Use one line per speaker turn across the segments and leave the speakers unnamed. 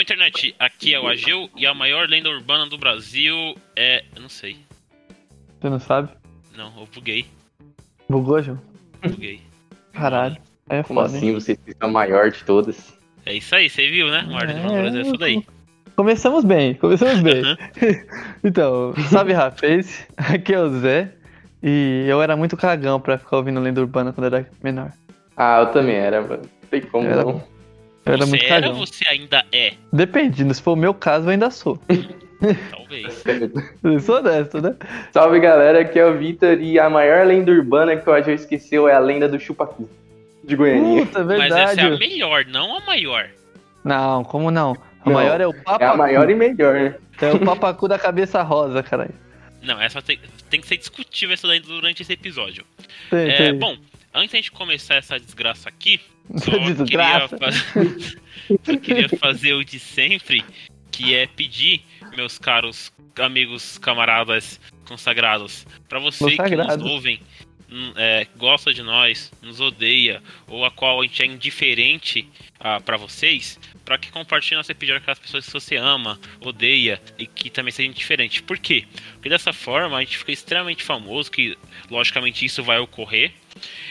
internet, aqui é o Ageu e a maior lenda urbana do Brasil é. Eu não sei.
Você não sabe?
Não, eu buguei.
Bugou, João?
Buguei.
Caralho. É
Como
foda, hein?
assim você fica a maior de todas?
É isso aí, você viu, né? Maior lenda urbana do Brasil é isso daí.
Começamos bem, começamos bem. então, sabe, rapaz? Aqui é o Zé. E eu era muito cagão pra ficar ouvindo lenda urbana quando era menor.
Ah, eu também era, mano. Não tem como
Era-
não.
Eu era
você
muito
era
cagão.
ou você ainda é?
Depende, se for o meu caso, eu ainda sou.
Talvez.
Eu sou honesto, né?
Salve galera, aqui é o Vitor e a maior lenda urbana que o Ageu esqueceu é a lenda do Chupacu de Goiânia.
Puta,
Mas essa é a
verdade.
melhor, não a maior.
Não, como não? A
Não.
maior é o papacu.
É a maior e melhor, né?
É o papacu da cabeça rosa, caralho.
Não, essa tem, tem que ser discutível essa daí durante esse episódio.
Tem,
É,
tem.
bom, antes da gente começar essa desgraça aqui,
Essa
só queria,
desgraça.
fa- só queria fazer o de sempre, que é pedir, meus caros amigos, camaradas consagrados, pra você que nos
Consagrados.
ouvem, hum, é, gosta de nós, nos odeia, ou a qual a gente é indiferente ah, pra vocês, pra que compartilhe nosso episódio com as pessoas que você ama, odeia e que também seja indiferente. Por quê? Porque dessa forma a gente fica extremamente famoso, que logicamente isso vai ocorrer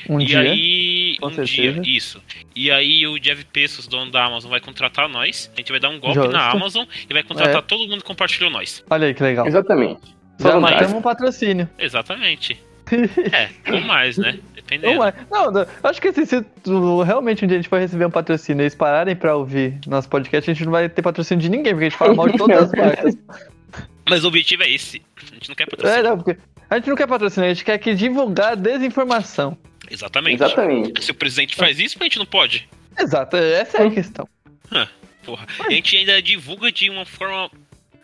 Um
e
dia.
aí,
com
um
certeza.
dia, isso. E aí o Jeff Bezos, dono da Amazon, vai contratar nós. A gente vai dar um golpe
Justo.
na Amazon e vai contratar
É.
todo mundo que compartilhou nós.
Olha aí que legal.
Exatamente. Só
Já
não
matamos um patrocínio.
Exatamente. é, ou mais, né? Dependendo.
Não, mas- não, não, acho que assim, se tu- realmente um dia a gente for receber um patrocínio e eles pararem pra ouvir nosso podcast, a gente não vai ter patrocínio de ninguém, porque a gente fala mal de todas as partes.
Mas o objetivo é esse. A gente não quer
É,
patrocínio.
não, porque a gente não quer patrocínio, a gente quer que divulgar a desinformação.
Exatamente.
Exatamente.
Se o presidente faz isso, a gente não pode.
Exato, essa é a questão.
Porra. E a gente ainda divulga de uma forma.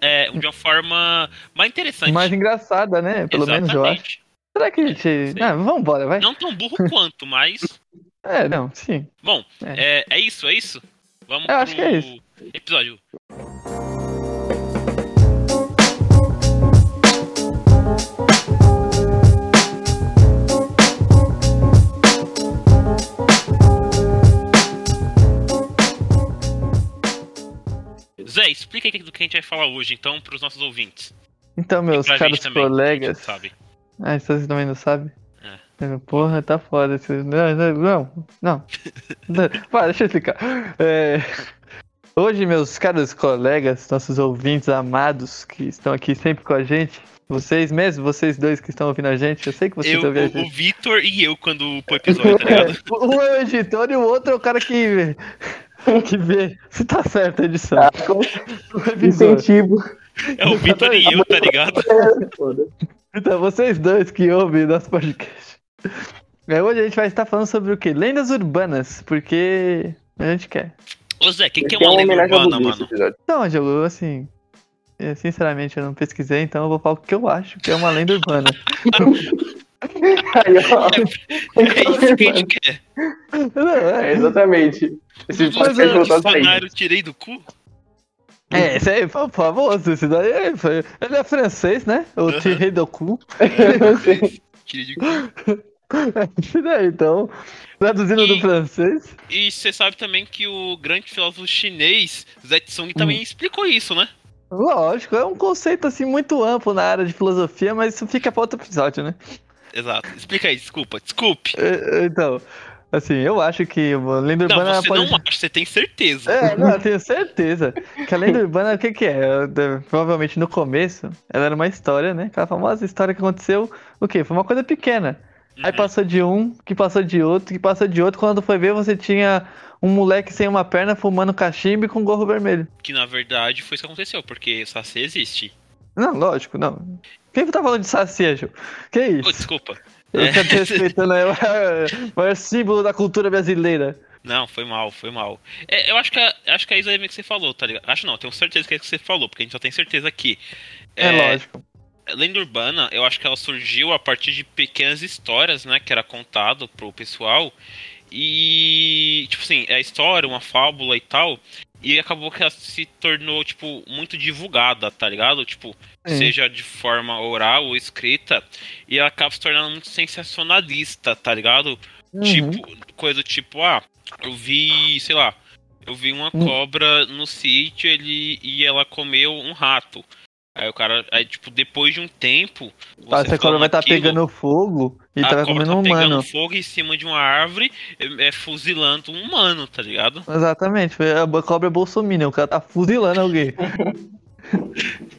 É, de uma forma mais interessante.
Mais engraçada, né? Pelo menos eu acho.
Exatamente.
Será que a gente.
Sim.
Ah, vambora, vai.
Não tão burro quanto, mas.
É, não, sim.
Bom, é, é isso, é isso? Vamos
Eu acho que é isso.
episódio. Zé, explica aí do que a gente vai falar hoje, então, pros nossos ouvintes.
Então, meus
pra
caros
gente também,
colegas.
que a gente não sabe.
Ah, isso vocês também não sabem? É. Porra, tá foda. esse- Não, não, não. não. Não, Para, deixa eu explicar. É, Hoje, meus caros colegas, nossos ouvintes amados que estão aqui sempre com a gente, vocês mesmo, vocês dois que estão ouvindo a gente, eu sei que vocês
Eu,
ouvem a
o, o
gente.
Vitor e eu quando pôr episódio, tá ligado?
É, um é o editor e o outro é o cara que, que vê se tá certo a edição.
Ah, como
do episódio.
incentivo.
É o Vitor e eu, tá ligado?
Então, vocês dois que ouvem nosso podcast. É, hoje a gente vai estar falando sobre o quê? Lendas urbanas, porque a gente quer.
Ô Zé, o que, que é uma lenda urbana, mano?
Então, Angelo, assim, eu, sinceramente eu não pesquisei, então eu vou falar o que eu acho que é uma lenda urbana.
Aí, ó.
É isso que a gente quer.
Não, é,
É, exatamente. Esse
Mas é
podcast
o
voltado pra isso.
dicionário tirei do cu?
é, esse aí foi famoso, esse daí é- foi- ele é francês, né? O
Aham.
Thierry do cu.
Tirei de cu.
Esse daí, então, traduzindo do
E-
francês.
E você sabe também que o grande filósofo chinês, Zé
Hum.
Tsung, também explicou isso, né?
Lógico, é um conceito assim muito amplo na área de filosofia, mas isso fica para outro episódio, né?
Exato. Explica aí, desculpa, desculpe.
É, Então, assim, eu acho que a lenda
Não,
urbana
você
pode.
não acha, você tem certeza.
É, não, eu tenho certeza. Que a lenda urbana, o que, que é? Eu- de- Provavelmente no começo, ela era uma história, né? Aquela famosa história que aconteceu, o quê? Foi uma coisa pequena. Aí
Uhum.
passou de um, que passou de outro, que passou de outro. Quando foi ver, você tinha um moleque sem uma perna fumando cachimbo e com um gorro vermelho.
Que na verdade foi isso que aconteceu, porque Saci existe.
Não, lógico, não. Quem que tá falando de sacia, Ju? Que
Ô,
isso?
desculpa.
Eu tô respeitando aí o maior- maior símbolo da cultura brasileira.
Não, foi mal, foi mal. É, eu acho que, a, acho que é isso aí mesmo que você falou, tá ligado? Acho não, tenho certeza que é isso que você falou, porque a gente só tem certeza aqui.
É, lógico.
lenda urbana, eu acho que ela surgiu a partir de pequenas histórias, né, que era contado pro pessoal. E, tipo assim, é a história, uma fábula e tal. E acabou que ela se tornou, tipo, muito divulgada, tá ligado? Tipo,
Sim.
seja de forma oral ou escrita. E ela acaba se tornando muito sensacionalista, tá ligado?
Uhum.
Tipo, coisa tipo, ah, eu tipo, vi, sei lá, Eu vi uma
Hum.
cobra no sítio ele, e ela comeu um rato. Aí o cara, aí, tipo, depois de um tempo.
Tá, essa cobra vai estar pegando fogo e tá comendo um humano.
fogo em cima de uma árvore, é, é, fuzilando um humano, tá ligado?
Exatamente, foi a bo- cobra bolsominion, o cara tá fuzilando alguém.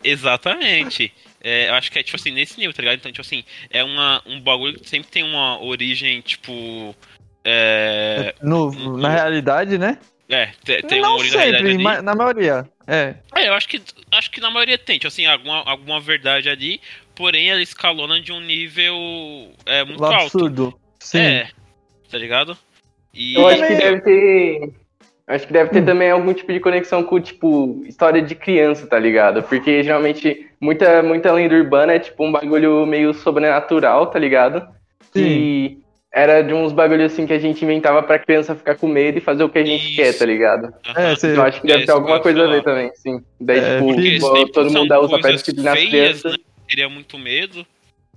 Exatamente. É, eu acho que é, tipo assim, nesse nível, tá ligado? Então, tipo assim, é uma, um bagulho que sempre tem uma origem, tipo. É.
No-
Uhum.
na realidade, né?
É, te- tem uma
Não
origem na realidade
sempre,
ali.
mas na maioria. É,
É, eu acho que, acho que na maioria tem, tipo assim, alguma, alguma verdade ali, porém ela escalona de um nível é, muito
um
alto.
absurdo. Sim.
É, tá ligado? E
Eu acho que
também- Hum.
deve ter. Acho que deve ter também algum tipo de conexão com, tipo, história de criança, tá ligado? Porque geralmente muita, muita lenda urbana é tipo um bagulho meio sobrenatural, tá ligado? E era de uns bagulhos assim que a gente inventava pra criança ficar com medo e fazer o que a gente
Isso.
quer, tá ligado?
aham,
É, você-
Eu acho que deve
É, isso
ter
que eu
alguma
ia
coisa a
falar.
ver também, sim. Daí,
É,
tipo,
porque
isso
igual
daí
todo
são
mundo usa pra
coisas
disciplinar as
feias,
crianças.
né? teria muito medo.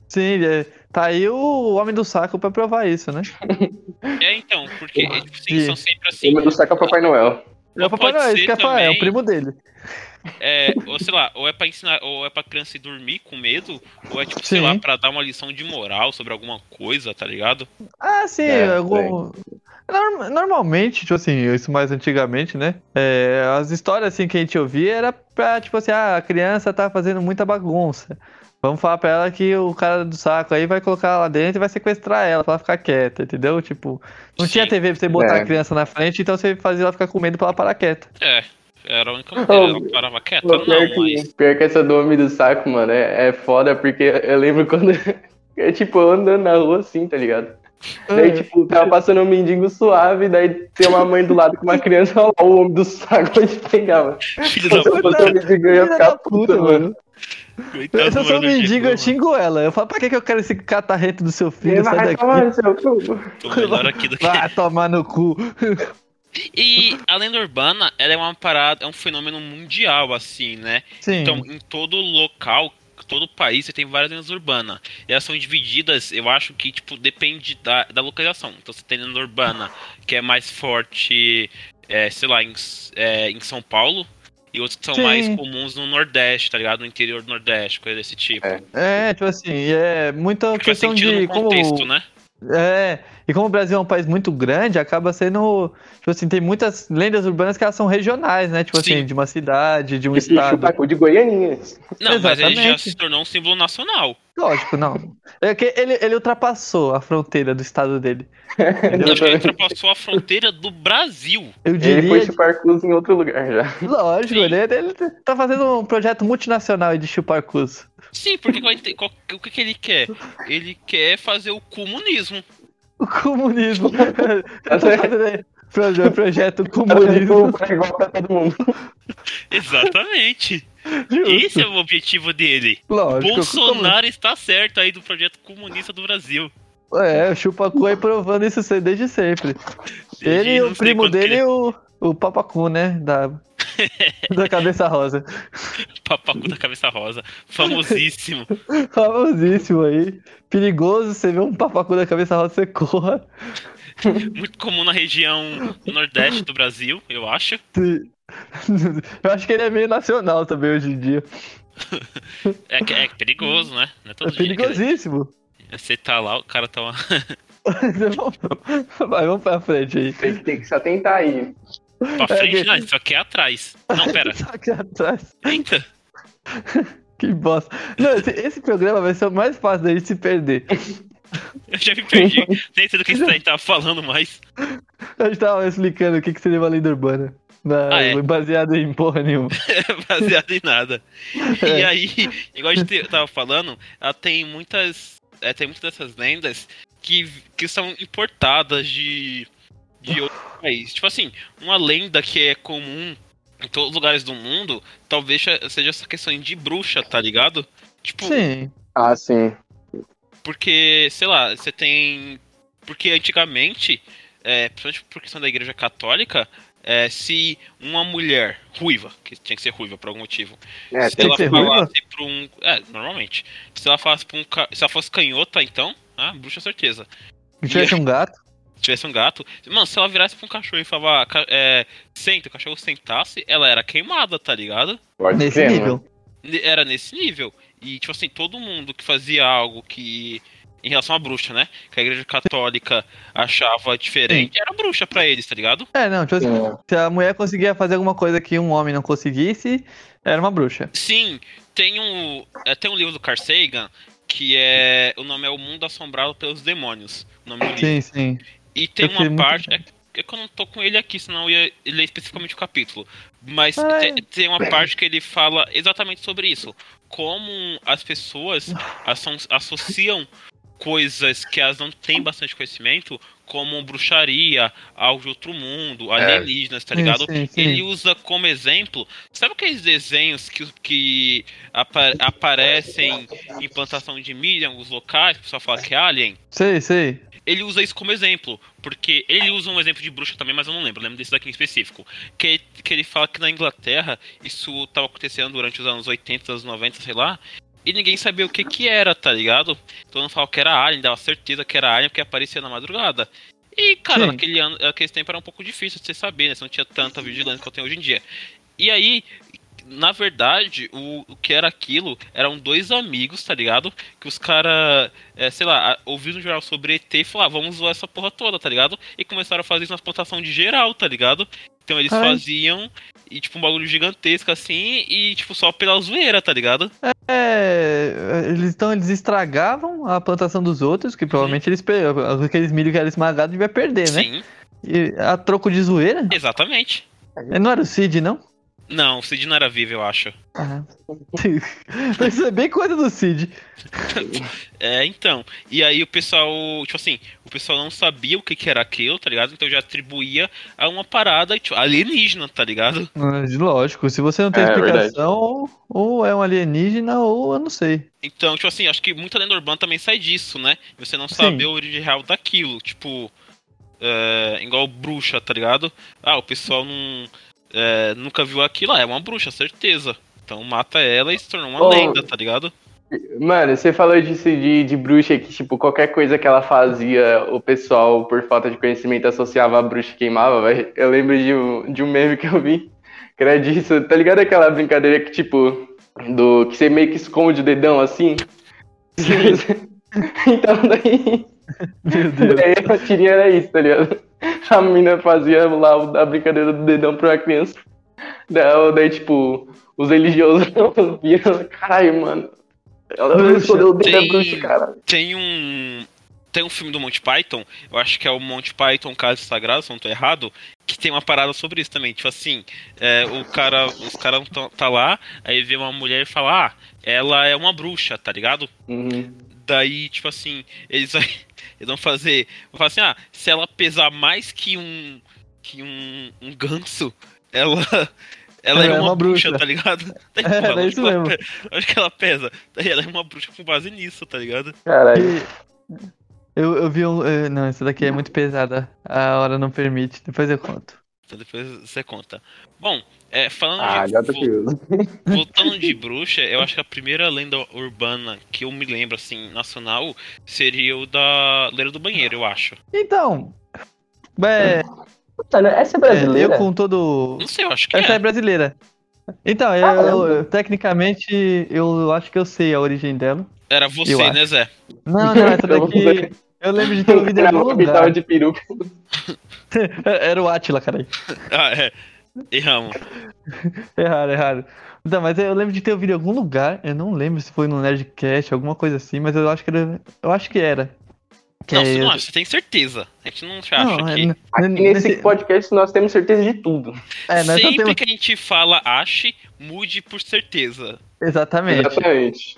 Sim, é, tá aí o Homem do Saco pra provar isso, né?
É, então, porque é, tipo assim,
Sim.
são sempre assim.
O meu saco é o Papai Noel.
É o Papai
pode
Noel, isso
ser
que eu ia falar, é o
também-
primo dele.
É, ou sei lá, ou é pra ensinar, ou é pra criança ir dormir com medo, ou é tipo, sei
Sim.
lá, pra dar uma lição de moral sobre alguma coisa, tá ligado?
Ah, sim,
É,
algum- Norm- Normalmente, tipo assim, isso mais antigamente, né? É, as histórias assim que a gente ouvia era pra, tipo assim, ah, a criança tá fazendo muita bagunça. Vamos falar pra ela que o cara do saco aí vai colocar ela lá dentro e vai sequestrar ela pra ela ficar quieta, entendeu? Tipo, não
Sim.
tinha TV pra você botar
É.
a criança na frente, então você fazia ela ficar com medo pra ela parar quieta.
É, era a única maneira, ela parava quieta,
Pô, pior,
não,
que,
mas.
pior que essa do Homem do Saco, mano, é, é foda, porque eu lembro quando. É tipo, eu andando na rua assim, tá ligado?
É.
Daí,
Ah.
tipo, tava passando um mendigo suave, daí tem uma mãe do lado com uma criança, ó, o homem do saco vai te pegar, mano.
Filho
Se
da
eu fosse um mendigo, eu ia
Filha
ficar
da
puto, mano.
puta,
Se eu sou um mendigo, eu xingo ela. Eu falo, pra que, que eu quero esse catarreto do seu filho?
Ele
Sai
vai
daqui.
tomar no seu cu.
Tô melhor aqui do que.
Vai tomar no cu.
E a lenda urbana, ela é uma parada, é um fenômeno mundial, assim, né?
Sim.
Então, em todo local, todo país, você tem várias lendas urbanas. E elas são divididas, eu acho que, tipo, depende da, da localização. Então, você tem lenda urbana, que é mais forte, é, sei lá, em, S- é, em São Paulo. E outros que são
Sim.
mais comuns no Nordeste, tá ligado? No interior do Nordeste, coisa desse tipo.
É.
É, tipo assim, é muita
Porque faz
questão
sentido
de
no contexto,
como
né?
é e como o Brasil é um país muito grande, acaba sendo tipo assim tem muitas lendas urbanas que elas são regionais, né? Tipo
Sim.
assim de uma cidade, de um
Esse
estado.
chupacu de Goianinha.
Não, mas ele já
Exatamente.
se tornou um símbolo nacional.
Lógico, não. É que ele, ele ultrapassou a fronteira do estado dele.
Eu Então, acho que ele
Exatamente.
ultrapassou a fronteira do Brasil.
Eu
Ele foi
diria,
chupar cus em outro lugar já.
lógico,
Sim.
ele, ele tá fazendo um projeto multinacional aí de chupar cus.
Sim, porque qual- qual- o que, que ele quer? Ele quer fazer o comunismo.
O comunismo. Ele tá
certo.
fazendo aí proje- projeto
Tipo,
comunismo.
pra igual pra todo mundo.
Exatamente. Esse é o objetivo dele.
Lógico.
Bolsonaro está certo aí do projeto comunista do Brasil.
É, o Chupacu aí provando isso se- desde sempre. Ele
Desde
e
não
o
sei
primo
quando que
dele
ele-
e o, o Papacu, né? Da, da cabeça rosa.
Papacu da cabeça rosa. Famosíssimo.
Famosíssimo aí. Perigoso, você vê um Papacu da cabeça rosa, você corra.
Muito comum na região nordeste do Brasil, eu acho.
Eu acho que ele é meio nacional também hoje em dia.
É, que- é perigoso, né? Não é
É
todo dia que
perigosíssimo.
você tá lá, o cara tá lá.
Vai, vamos pra frente aí.
Tem que, tem que se atentar aí.
Pra frente,
que-
não, isso aqui é atrás. Não, pera.
Tá aqui atrás.
Eita.
Que bosta. Não, esse, esse programa vai ser o mais fácil da gente se perder.
Eu já me perdi. Nem sei do que a gente tava falando mais.
A gente tava explicando o que, que seria uma lenda urbana. Na,
Ah, é.
Baseado em porra nenhuma.
baseado em nada. E
É.
aí, igual a gente te- tava falando, ela tem muitas. é, tem muitas dessas lendas que, que são importadas de, de outros países. Tipo assim, uma lenda que é comum em todos os lugares do mundo, talvez se- seja essa questão de bruxa, tá ligado? Tipo,
Sim.
Ah, sim.
porque, sei lá, você tem. Porque antigamente, é, principalmente por questão da igreja católica, é, se uma mulher ruiva, que tinha que ser ruiva por algum motivo,
É,
se
tem
ela
que ser né?
falasse pra um. É, normalmente. Se ela falasse pra um. ca- Se ela fosse canhota, então. Ah, bruxa, né, certeza.
Se tivesse um gato.
Se tivesse um gato. Mano, se ela virasse pra um cachorro e falava, "Ca- é, senta, o cachorro sentasse, ela era queimada, tá ligado?
Pode
Nesse
ser, mano.
nível.
Ne- Era nesse nível. E, tipo assim, todo mundo que fazia algo que. Em relação à bruxa, né? Que a igreja católica achava diferente, era bruxa pra eles, tá ligado?
É, não, tipo assim, se a mulher conseguia fazer alguma coisa que um homem não conseguisse, era uma bruxa.
Sim, tem um, é, tem um livro do Carl Sagan que é. O nome é O Mundo Assombrado pelos Demônios. O nome do livro.
Sim, sim.
E tem
Eu queria
uma
muito
parte. É, é que eu não tô com ele aqui, senão eu ia ler especificamente o capítulo. Mas
Ah,
te- tem, uma parte que ele fala exatamente sobre isso. Como as pessoas asso- associam coisas que elas não têm bastante conhecimento, como bruxaria, algo de outro mundo, alienígenas, tá
Sim,
ligado?
sim, sim.
Ele usa como exemplo. Sabe aqueles desenhos que, que apa- aparecem em plantação de milha em alguns locais, que o pessoal fala que é alien?
Sei, sei.
ele usa isso como exemplo, porque ele usa um exemplo de bruxa também, mas eu não lembro, eu lembro desse daqui em específico. Que, que ele fala que na Inglaterra isso tava acontecendo durante os anos 80, anos 90, sei lá, e ninguém sabia o que que era, tá ligado? Todo mundo falava que era alien, dava certeza que era alien porque aparecia na madrugada. E, cara,
Sim.
naquele ano, naquele tempo era um pouco difícil de você saber, né? Você não tinha tanta vigilância que eu tenho hoje em dia. E aí, na verdade, o, o que era aquilo eram dois amigos, tá ligado? Que os caras, sei lá, a- ouviram um jornal sobre ET e falaram, ah, vamos zoar essa porra toda, tá ligado? E começaram a fazer isso na plantação de geral, tá ligado? Então eles
Caralho.
faziam, e tipo, um bagulho gigantesco assim, e tipo, só pela zoeira, tá ligado?
É. Eles, então, eles estragavam a plantação dos outros, que provavelmente eles perderam. Aqueles milho que era esmagado devia perder, né?
Sim,
E a troco de zoeira?
exatamente.
Não era o Cid, não?
Não, o Cid não era vivo, eu acho.
Ah. Isso é bem coisa do Cid.
É, então. E aí o pessoal, tipo assim, o pessoal não sabia o que, que era aquilo, tá ligado? Então já atribuía a uma parada tipo, alienígena, tá ligado?
Mas, lógico, se você não tem
É, é verdade.
explicação, ou, ou é um alienígena, ou eu não sei.
Então, tipo assim, acho que muita lenda urbana também sai disso, né? Você não
Sim.
saber a origem real daquilo, tipo. é, igual bruxa, tá ligado? Ah, o pessoal não, é, nunca viu aquilo, ah, é uma bruxa, certeza. Então mata ela e se tornou uma
Ô,
lenda, tá ligado?
Mano, você falou disso de, de bruxa que, tipo, qualquer coisa que ela fazia, o pessoal, por falta de conhecimento, associava a bruxa e queimava, velho. Eu lembro de um, de um meme que eu vi, que era disso. Tá ligado aquela brincadeira que, tipo, do que você meio que esconde o dedão assim? então daí,
Meu Deus.
daí a tirinha era isso, tá ligado? A mina fazia lá o- a brincadeira do dedão pra uma criança. Daí, daí, tipo, os religiosos viram, caralho, mano. Ela
Bruxa.
escondeu o dedo da
Tem-
bruxa, cara.
Tem um. Tem um filme do Monty Python, eu acho que é o Monty Python Caso Sagrado, se eu não tô errado, que tem uma parada sobre isso também. Tipo assim, é, o cara, os caras tá, tá lá, aí vê uma mulher e fala, ah, ela é uma bruxa, tá ligado?
Uhum.
Daí, tipo assim, eles, eles vão fazer. Vão falar assim, ah, se ela pesar mais que um. que um, um ganso, ela. Ela é, uma, bruxa, tá ligado? Daí,
É,
pô,
era
lógico
isso
que ela
mesmo.
pe- Lógico que ela pesa. Daí ela é uma bruxa com base nisso, tá ligado?
Caralho.
E- Eu, eu vi um. eh, Não, essa daqui é muito pesada. A hora não permite. Depois eu conto.
Então depois você conta. Bom, é, falando
Ah,
de.
já tô
vo-
curioso.
voltando de bruxa, eu acho que a primeira lenda urbana que eu me lembro, assim, nacional, seria o da Leira do Banheiro, eu acho.
Então. É, é,
Mano, essa é
eu
brasileira?
com todo.
Não sei, eu acho que
Essa
é.
é brasileira. Então, eu, eu- tecnicamente, eu acho que eu sei a origem dela.
Era você,
eu
né,
acho.
Zé?
Não, não, essa daqui. Eu lembro de ter ouvido em
Era
algum
uma capital
lugar.
um de peruca.
Era o Atila, cara.
Ah, é. Erramos.
Erraram, erraram. Então, mas eu lembro de ter ouvido em algum lugar. Eu não lembro se foi no Nerdcast, alguma coisa assim, mas eu acho que era. Eu acho que era. Que
não,
é-
você não acha, você tem certeza. A gente não acha
Não, é-
que.
n-
Aqui
n-
nesse,
nesse-
podcast nós temos certeza de tudo.
É, nós só
Sempre
temos-
que a gente fala ache, mude por certeza.
Exatamente.
Exatamente.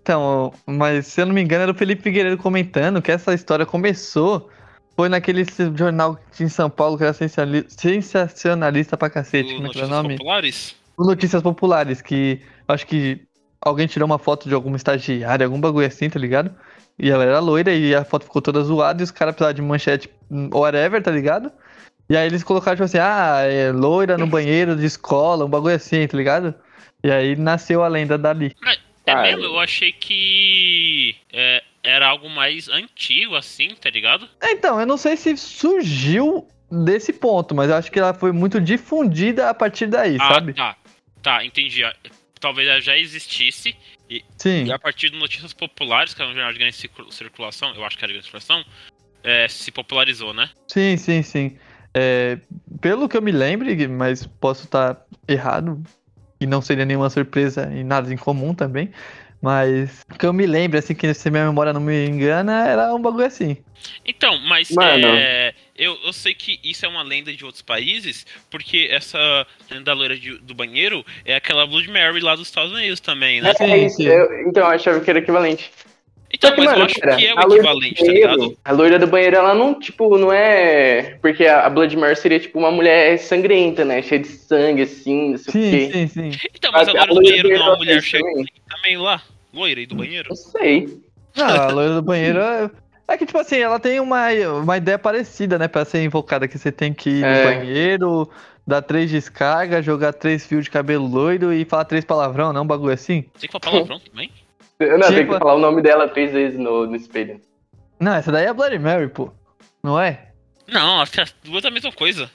Então, mas se eu não me engano, era o Felipe Figueiredo comentando que essa história começou. Foi naquele jornal que tinha em São Paulo que era sensacionali- sensacionalista pra cacete.
O
Como é que era
Hum, Notícias
o nome?
Populares?
O Notícias Populares, que eu acho que alguém tirou uma foto de alguma estagiária, algum bagulho assim, tá ligado? E ela era loira e a foto ficou toda zoada e os caras precisavam de manchete hum, whatever, tá ligado? E aí eles colocaram, tipo assim, ah, é loira no banheiro de escola, um bagulho assim, tá ligado? E aí nasceu a lenda dali.
É
Ah,
mesmo,
é.
eu achei que. é, era algo mais antigo, assim, tá ligado?
É, Então, eu não sei se surgiu desse ponto, mas eu acho que ela foi muito difundida a partir daí,
ah,
sabe?
tá. Tá, entendi. Ah, Talvez ela já existisse.
Sim.
E a partir de notícias populares, que era um jornal de grande circu- circulação, eu acho que era de grande circulação, é, se popularizou, né?
Sim, sim, sim. É, pelo que eu me lembre, mas posso estar errado, e não seria nenhuma surpresa e nada incomum também. Mas o que eu me lembro, assim, que se minha memória não me engana, era um bagulho assim.
Então, mas
Mano.
é, eu, eu sei que isso é uma lenda de outros países, porque essa lenda da loira de- do banheiro é aquela Blood Mary lá dos Estados Unidos também, né?
sim,
É isso,
sim.
eu- então, eu achava que era equivalente.
Então,
Só que,
mas eu
mano,
acho
cara,
que é o
a loira do
equivalente, tá ligado?
A loira do banheiro, ela não, tipo, não é. Porque a a Blood Mary seria, tipo, uma mulher sangrenta, né? Cheia de sangue, assim, não sei o
Sim,
quê.
sim, sim.
Então, mas a
A- a
loira do banheiro não é uma
ela
mulher
fez
cheia
também?
também lá? Loira aí do banheiro?
Não sei.
Não, a loira do banheiro é... é que, tipo assim, ela tem uma, uma ideia parecida, né? Pra ser invocada, que você tem que ir
É.
no banheiro, dar três descargas, jogar três fios de cabelo loiro e falar três palavrão, não? Um bagulho assim?
Tem que falar palavrão também?
Não, tem
Tipo-
que falar o nome dela três vezes no, no espelho.
Não, essa daí é a Bloody Mary, pô. Não é?
Não, acho que as duas é a mesma coisa.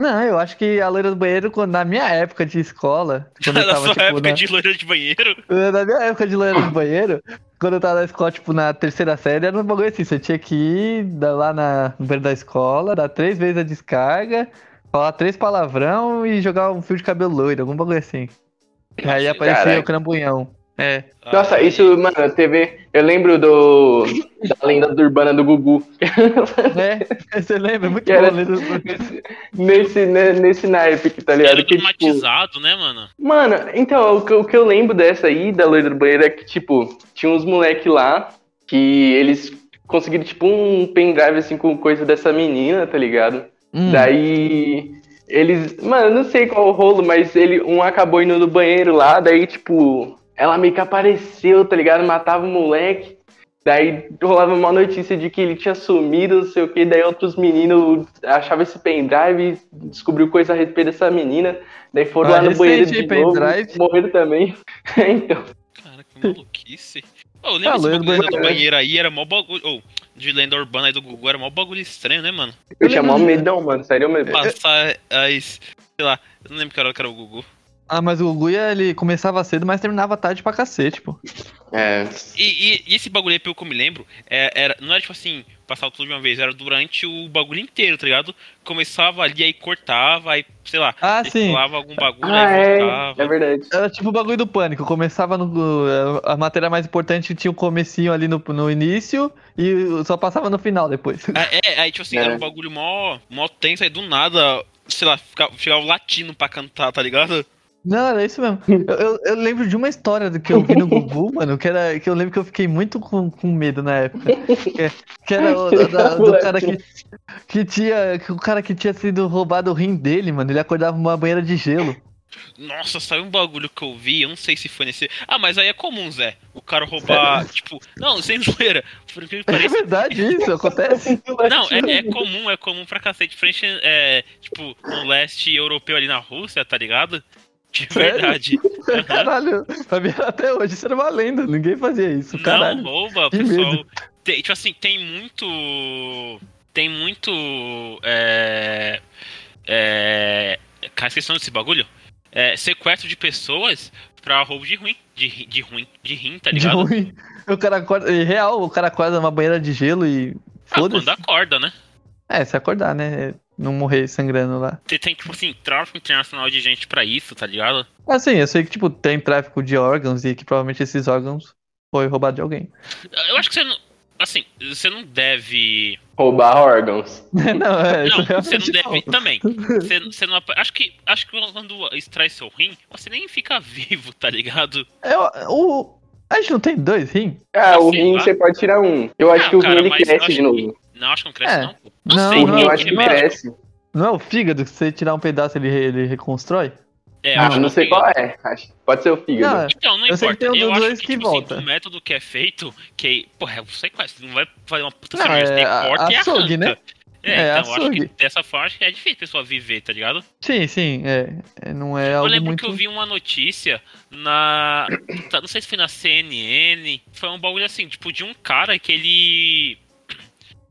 Não, eu acho que a loira do banheiro, quando, na minha época de escola, quando eu
Na
tava,
sua
tipo,
época
na... É,
de loira de banheiro?
na minha época de loira do banheiro, quando eu tava na escola, tipo, na terceira série, era um bagulho assim, você tinha que ir da- lá na, no banheiro da escola, dar três vezes a descarga, falar três palavrão e jogar um fio de cabelo loiro, algum bagulho assim. Aí
Nossa,
aparecia
caralho.
o crampunhão. É.
Nossa,
Ai,
isso, mano, teve. Eu lembro do. da lenda do urbana do Gugu.
É, você lembra? Muito
Que era-
bom, lembra?
nesse, né, nesse naipe, que tá ligado?
Era
Que, tipo,
traumatizado, né, mano?
Mano, então, o que, o que eu lembro dessa aí, da loira do banheiro, é que, tipo, tinha uns moleque lá que eles conseguiram, tipo, um pendrive, assim, com coisa dessa menina, tá ligado?
Hum.
Daí, eles... Mano, eu não sei qual o rolo, mas ele, um acabou indo no banheiro lá, daí, tipo, ela meio que apareceu, tá ligado? Matava o moleque. Daí rolava uma notícia de que ele tinha sumido, não sei o que, daí outros meninos achavam esse pendrive, descobriu coisa a respeito dessa menina, daí foram
Ah,
lá no
recente,
banheiro
hein,
de novo,
pendrive?
morreram também. então,
Cara, que maluquice. Ô, eu lembro
Tá
Ah,
desse
loira do
bagulho do
banheiro.
banheiro aí, era mó bagulho. Ou, de lenda urbana aí do Gugu, era mó bagulho estranho, né, mano?
eu tinha
lembro
mó
de-
medão, mano, sério mesmo.
Passar as. Sei lá, eu não lembro que hora que era o Gugu.
Ah, mas o Guia, ele começava cedo, mas terminava tarde pra cacete, pô.
É,
E, e- e esse bagulho aí, pelo que eu me lembro, é- era, não era tipo assim, passava tudo de uma vez, era durante o bagulho inteiro, tá ligado? Começava ali, aí cortava, aí, sei lá,
Ah,
aí
sim.
pulava algum bagulho,
ah,
aí
é,
voltava.
é verdade.
Era tipo o bagulho do pânico. Começava no. A matéria mais importante tinha o comecinho ali no, no início e só passava no final depois.
Ah, É, aí tipo assim, era um
É.
bagulho mó, mó tenso, aí do nada, sei lá, ficava, chegava o latino pra cantar, tá ligado?
Não, era isso mesmo. Eu, eu, eu lembro de uma história do que eu vi no Gugu, mano, que era. Que eu lembro que eu fiquei muito com, com medo na época. Que, que era o, da- da- do cara que. Que tinha. Que o cara que tinha sido roubado o rim dele, mano. Ele acordava numa banheira de gelo.
Nossa, sabe um bagulho que eu vi? Eu não sei se foi nesse. Ah, mas aí é comum, Zé. O cara roubar, tipo. Não, sem zoeira. Por incrível que
É
pareça,
verdade isso, acontece.
Não, é, é comum, é comum pra cacete. Frente, é, tipo, no leste europeu ali na Rússia, tá ligado? De
Sério?
verdade. Aham.
Caralho, pra mim até hoje isso era uma lenda, ninguém fazia isso, caralho.
Não, rouba,
que
pessoal.
medo.
Tem, tipo assim, tem muito. Tem muito. É. É. Cara, esqueci o nome desse bagulho. É, sequestro de pessoas pra roubo de ruim. De, ri- de ruim, de rim, tá
de
ligado?
ruim. O cara acorda. E real, o cara acorda numa banheira de gelo e.
Ah, quando
Foda-se.
acorda, né?
É, se acordar, né? Não morrer sangrando lá.
Tem, tem, tipo assim, tráfico internacional de gente pra isso, tá ligado?
Assim, eu sei que, tipo, tem tráfico de órgãos e que provavelmente esses órgãos foi roubado de alguém.
Eu acho que você não. Assim, você não deve.
Roubar órgãos.
não, é, isso
Não, você não
realmente
deve também. Você, você não. apa- Acho que, acho que quando extrai seu rim, você nem fica vivo, tá ligado?
Eu- o... A gente não tem dois rins?
Ah, o
Sei
rim
lá.
você pode tirar um. Eu acho
Ah,
que o
Assim, tá? cara,
rim ele
mas eu
cresce
acho
de novo.
Não, acho que não cresce,
É.
não. pô.
Não,
sei,
O rim
não,
tem
eu acho que
remédio.
cresce.
Não é o fígado que se você tirar um pedaço ele, re- ele reconstrói?
É, eu
Ah,
acho
não
que
sei
tem.
qual é. Acho- Pode ser o fígado.
Não,
Então, não
Eu sei que
importa.
tem um
eu
dos
acho
dois
que,
que
tipo, assim,
volta.
o método que é feito, que. Porra, é um sequestro. Não vai fazer uma puta
Não,
cirurgia, você
é a-
corta e
açougue,
arranca.
né?
É,
É,
então eu acho
açougue.
que dessa forma acho que é difícil a pessoa viver, tá ligado?
Sim, sim, é. é, Não é
Eu
algo
lembro
muito...
que eu vi uma notícia na. puta, Não sei se foi na CNN. Foi um bagulho assim, tipo, de um cara que ele.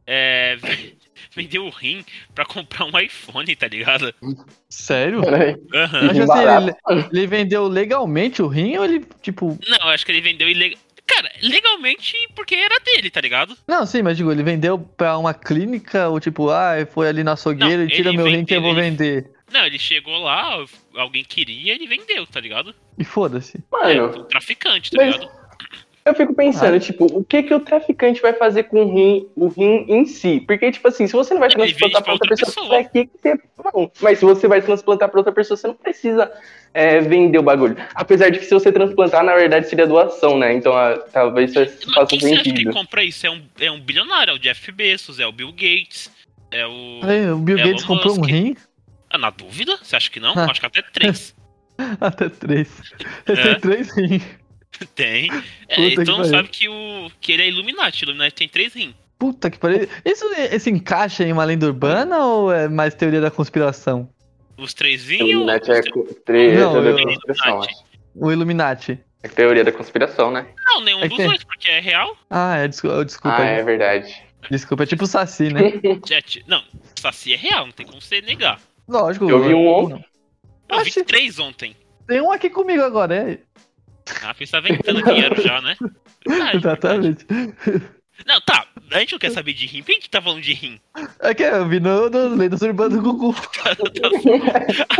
É. ve- Vendeu o rim pra comprar um iPhone, tá ligado?
Sério?
Peraí.
Aham.
Mas, assim,
Barato.
ele, ele vendeu legalmente o rim ou ele, tipo...
Não, eu acho que ele vendeu ilegal. Cara, legalmente porque era dele, tá ligado?
Não, sim, mas digo, ele vendeu pra uma clínica ou tipo, ah, foi ali na açougueira
Não,
e tira
ele
meu rim que eu
vende-
vou
ele-
vender.
Não, ele chegou lá, alguém queria, ele vendeu, tá ligado?
E foda-se.
É,
Mano,
o traficante, tá
Ah, Mas-
ligado?
Eu fico pensando, tipo, o que que o traficante vai fazer com o rim, o rim em si? Porque, tipo assim, se você não vai
Ele vende
transplantar
pra
pra outra
outra
pessoa,
pessoa.
pra que que você... Não, mas se você vai transplantar pra outra pessoa, você não precisa é, vender o bagulho. Apesar de que se você transplantar, na verdade, seria doação, né? Então, ah, talvez isso
Mas é tipo
faça
quem você acha que
sentido.
compra isso? É um, é um bilionário, é o Jeff Bezos, é o Bill Gates, é o.
Aí, o Bill
É,
Gates
Elon
comprou um
Musk.
rim?
Ah, na dúvida? Você acha que não?
Ah.
Acho que até três.
Até três. Ele
É.
tem três rins.
tem. É,
Puta que
então
pariu.
sabe que, o, que ele é Illuminati. Illuminati tem três rins.
Puta que pariu. Isso esse encaixa em uma lenda urbana ou é mais teoria da conspiração?
Os três
O
rins e o.
Illuminati é co- tre-
Não,
teoria da
eu-
conspiração, acho.
O Illuminati.
É teoria da conspiração, né?
Não, nenhum
É
dos
que-
dois, porque é real.
Ah, é, desculpa. é, Desculpa,
Ah, é verdade.
desculpa, é tipo o Saci, né?
Jet. Não, Saci é real, não tem como você negar.
Lógico.
Eu vi um ontem.
Eu
Ah,
vi
sim.
três ontem.
Tem um aqui comigo agora, é.
Ah, porque você tá vendendo dinheiro já, né? Verdade, verdade.
Exatamente.
Não, tá. A gente não quer saber de rim. Por que a gente tá falando de rim?
É que eu vi no, no Lendas Urbanas do Gugu.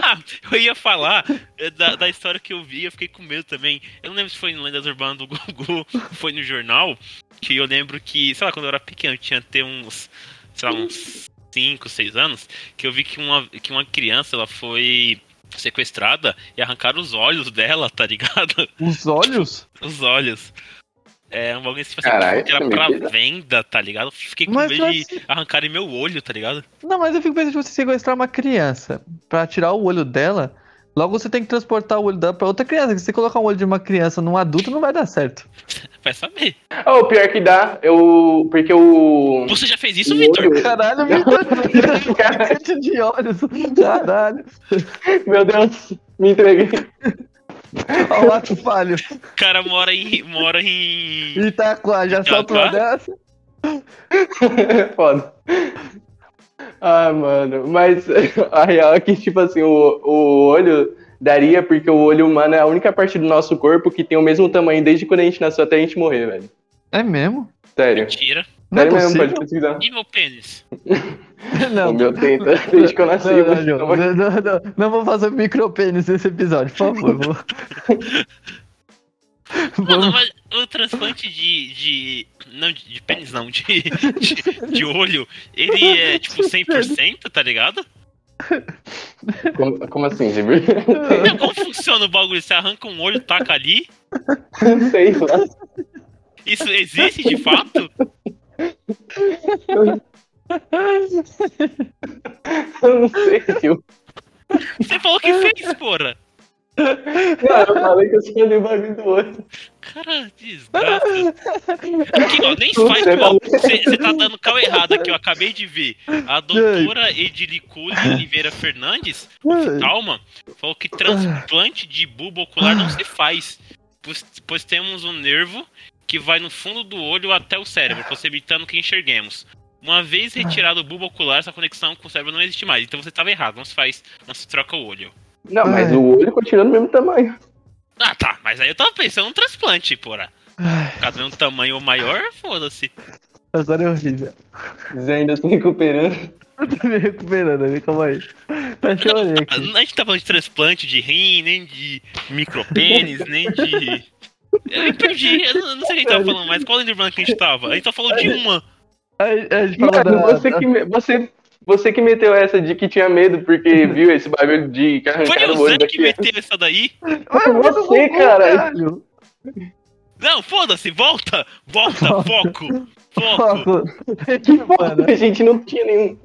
Ah, eu ia falar eh, da, da história que eu vi, eu fiquei com medo também. Eu não lembro se foi no Lendas Urbanas do Gugu, foi no jornal, que eu lembro que, sei lá, quando eu era pequeno, eu tinha até uns, sei lá, uns 5, 6 anos, que eu vi que uma, que uma criança, ela foi sequestrada e arrancaram os olhos dela, tá ligado?
Os olhos?
Os olhos. É, um bagulho tipo assim,
Caralho,
que era
isso é
pra
meio pesado.
venda, tá ligado? Fiquei com
Mas
medo
eu
de
acho-
arrancarem meu olho, tá ligado?
Não, mas eu fico pensando, tipo, você sequestrar uma criança pra tirar o olho dela, logo você tem que transportar o olho dela pra outra criança. que Se você colocar o olho de uma criança num adulto, não vai dar certo.
Vai saber.
Ah, o pior que dá, eu... Porque o...
Você já fez isso,
Hum. o
Vitor?
olho-
Caralho, Vitor! Cacete um de olhos! Caralho!
Meu Deus, me entreguei.
Olha o ato falho.
O cara mora em. mora em.
Itacoa, já
Itacoa?
solta uma dessa?
Foda. Ah, mano, mas a real é que, tipo assim, o, o olho daria, porque o olho humano é a única parte do nosso corpo que tem o mesmo tamanho desde quando a gente nasceu até a gente morrer, velho.
É mesmo?
Sério.
Mentira.
Não é
Sério mesmo,
possível?
pode pesquisar.
E meu pênis?
Não.
O meu tenta desde que eu nasci.
Não, não,
mas
não, não, não, não, não vou fazer micropênis nesse episódio, por favor. Vou...
Mano,
Vamos-
mas o transplante de. de não, de, de pênis não, de, de. de olho, ele é tipo 100%, tá ligado?
Como, como assim, Gibri?
Não, como funciona o bagulho? Você arranca um olho, taca ali?
Não sei lá.
Isso existe de fato?
Eu não sei, Gil.
Você falou que fez, porra!
Cara, eu falei que eu sou do bagulho do olho.
Cara, desgraça. Aqui, ó, nem faz, ó. Você você tá dando cal errado aqui, eu acabei de ver. A doutora Edilicule Oliveira Fernandes
Ah.
Talma falou que transplante de bulbo ocular não se faz, pois, pois temos um nervo que vai no fundo do olho até o cérebro, possibilitando que enxerguemos. Uma vez retirado o bulbo ocular, essa conexão com o cérebro não existe mais. Então você estava errado, não se faz, não se troca o olho.
Não, mas o olho continua do mesmo tamanho.
Ah tá, mas aí eu tava pensando num transplante, porra.
Ai,
Caso tenha um tamanho maior, foda-se.
essa história é horrível.
Zé ainda se recuperando.
Eu tô me recuperando, né? calma aí. Tá chorando aqui.
A gente tá falando de transplante de rim, nem de micropênis, nem de. Eu perdi, eu não- não sei o que a gente tava falando, mas qual lenda urbana que a gente tava? A gente tava falando de uma.
A, a gente fala
Mano,
da,
você,
da-
que, me- você, você que meteu essa de que tinha medo porque viu esse bagulho de que
Foi
arrancaram
o
o olho
Zé
da
que
criança.
meteu essa daí?
Ué, mas eu
Você,
vou-
cara.
caralho.
Não, foda-se, volta! Volta,
Volta.
foco! Foco!
Foco. Mano,
A gente não tinha nenhum.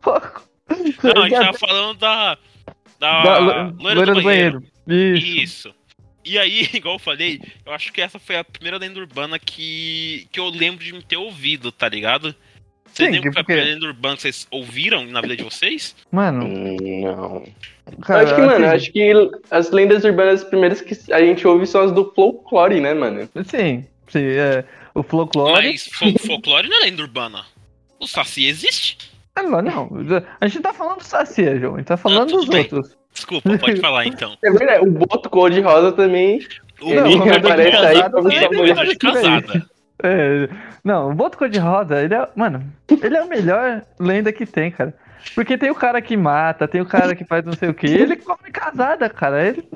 foco.
Não, a gente tava falando da. Da,
Da lo-
loira, do, banheiro.
Isso.
Isso. E aí, igual eu falei, eu acho que essa foi a primeira lenda urbana que, que eu lembro de me ter ouvido, tá ligado? Vocês
Sim,
lembram que
porque-
foi a lenda urbana que vocês ouviram na vida de vocês?
Mano,
Hum, Não. Eu
cara,
acho que, mano,
assim,
eu acho que as lendas urbanas primeiras que a gente ouve são as do folclore, né, mano?
Sim, sim, é, o folclore.
Mas fo- folclore não é lenda urbana. O Saci existe.
Ah, Não, não, a gente tá falando do Saci, João, a gente tá falando
tudo
dos
bem.
outros.
Desculpa, pode falar então.
É verdade, o boto cor-de-rosa também.
O
Não,
Boto
quando
é uma
aparece aí,
casada,
como
ele é
sua
uma
mulher
mulher
fica aí.
casada.
É, não, o Boto Cor-de-Rosa, ele é. Mano, ele é a melhor lenda que tem, cara. Porque tem o cara que mata, tem o cara que faz não sei o que, ele come casada, cara. Ele,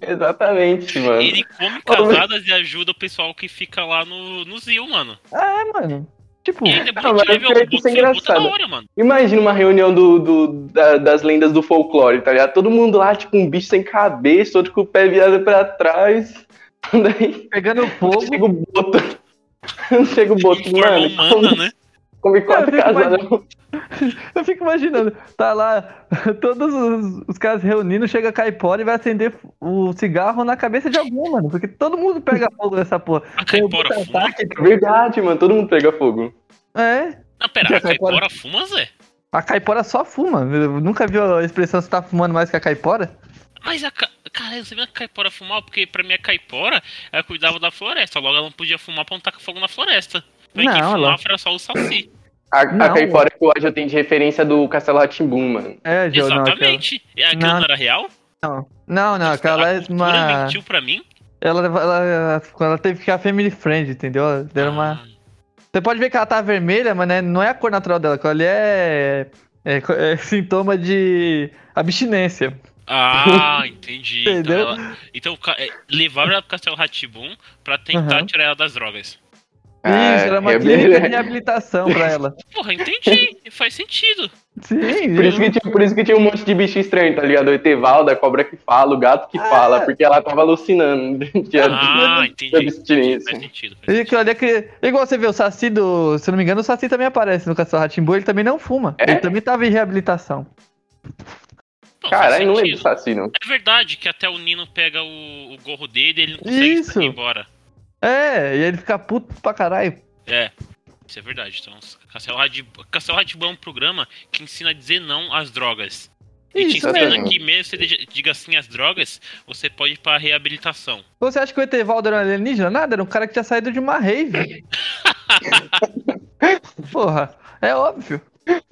Exatamente, mano.
Ele come casadas e ajuda o pessoal que fica lá no, no Zil, mano.
é, mano. Tipo,
E ainda é
Ah, mas
bonitinho
eu
de ver o
creio que
Boto
isso é
ser o Boto da
engraçado.
hora, mano.
Imagina uma reunião do, do- da- das lendas do folclore, tá ligado? Todo mundo lá, tipo, um bicho sem cabeça, todo com o pé virado pra trás. Daí
pegando fogo.
chega o boto. chega o boto,
Informa
mano.
humana,
Come,
né?
come quatro
Não, eu fico
casadas.
Eu fico imaginando, tá lá, todos os, os caras reunindo, chega a caipora e vai acender o cigarro na cabeça de algum, mano. Porque todo mundo pega fogo nessa porra.
A Caipora
Tem o
fuma.
Butantaque,
É Verdade, mano. Todo mundo pega fogo.
É,
Não, pera, a
A caipora-
Caipora fuma, Zé?
a caipora só fuma. Eu nunca viu a expressão você tá fumando mais que a caipora?
Mas a. ca- Caralho, você viu a Caipora fumar? Porque pra mim a Caipora, ela cuidava da floresta. Logo ela não podia fumar pra não tacar fogo na floresta. Pra
Não,
quem
ela-
fumava era só o Saci.
A, a
Não.
caipora que o Ajo tem de referência é do Castelo Ratimbum, mano.
É, Gil, não, aquela.
Exatamente. E aquilo
Não.
não era real?
Não, não, aquela é
Tipo, A cultura
uma.
mentiu pra mim?
Ela, ela, ela, ela teve que ficar family friend, entendeu? Ela Deram uma...
Ah,
Você pode ver que ela tá vermelha, mas né, não é a cor natural dela. Aquela ali é, é, co- é sintoma de abstinência.
Ah, entendi. Então,
Entendeu?
ela... então ca- é, levaram ela pro Castelo Ratibum pra tentar
Aham.
tirar ela das drogas.
Ah,
Isso, era uma
é
clínica de
verdade.
reabilitação pra ela.
Porra, entendi. Faz sentido.
Sim,
Por isso, que tinha, por isso que tinha um monte de bicho estranho, tá ligado? O Etevaldo, a cobra que fala, o gato que
Ah.
fala, porque ela tava alucinando. de-
Ah, entendi.
de abstinência.
Faz sentido. faz
E aquilo ali é que. Igual você vê o Saci do. Se eu não me engano, o Saci também aparece no Castelo Ratimbu, ele também não fuma.
É?
Ele também tava em reabilitação.
Não, faz
Caralho, não lembro
sentido.
do Saci, não.
É verdade que até o Nino pega o, o gorro dele e ele não consegue
Isso.
ir embora.
É, e ele fica puto pra caralho.
É, isso é verdade. Então, Castelo Radibão, Castelo Radibão é um programa que ensina a dizer não às drogas. E te
Isso, assim,
ensina
né?
exatamente.
que mesmo que você deja- diga sim às drogas, você pode ir pra reabilitação.
Você acha que o Etevaldo era um alienígena? Nada, era um cara que tinha saído de uma rave. Porra, é óbvio.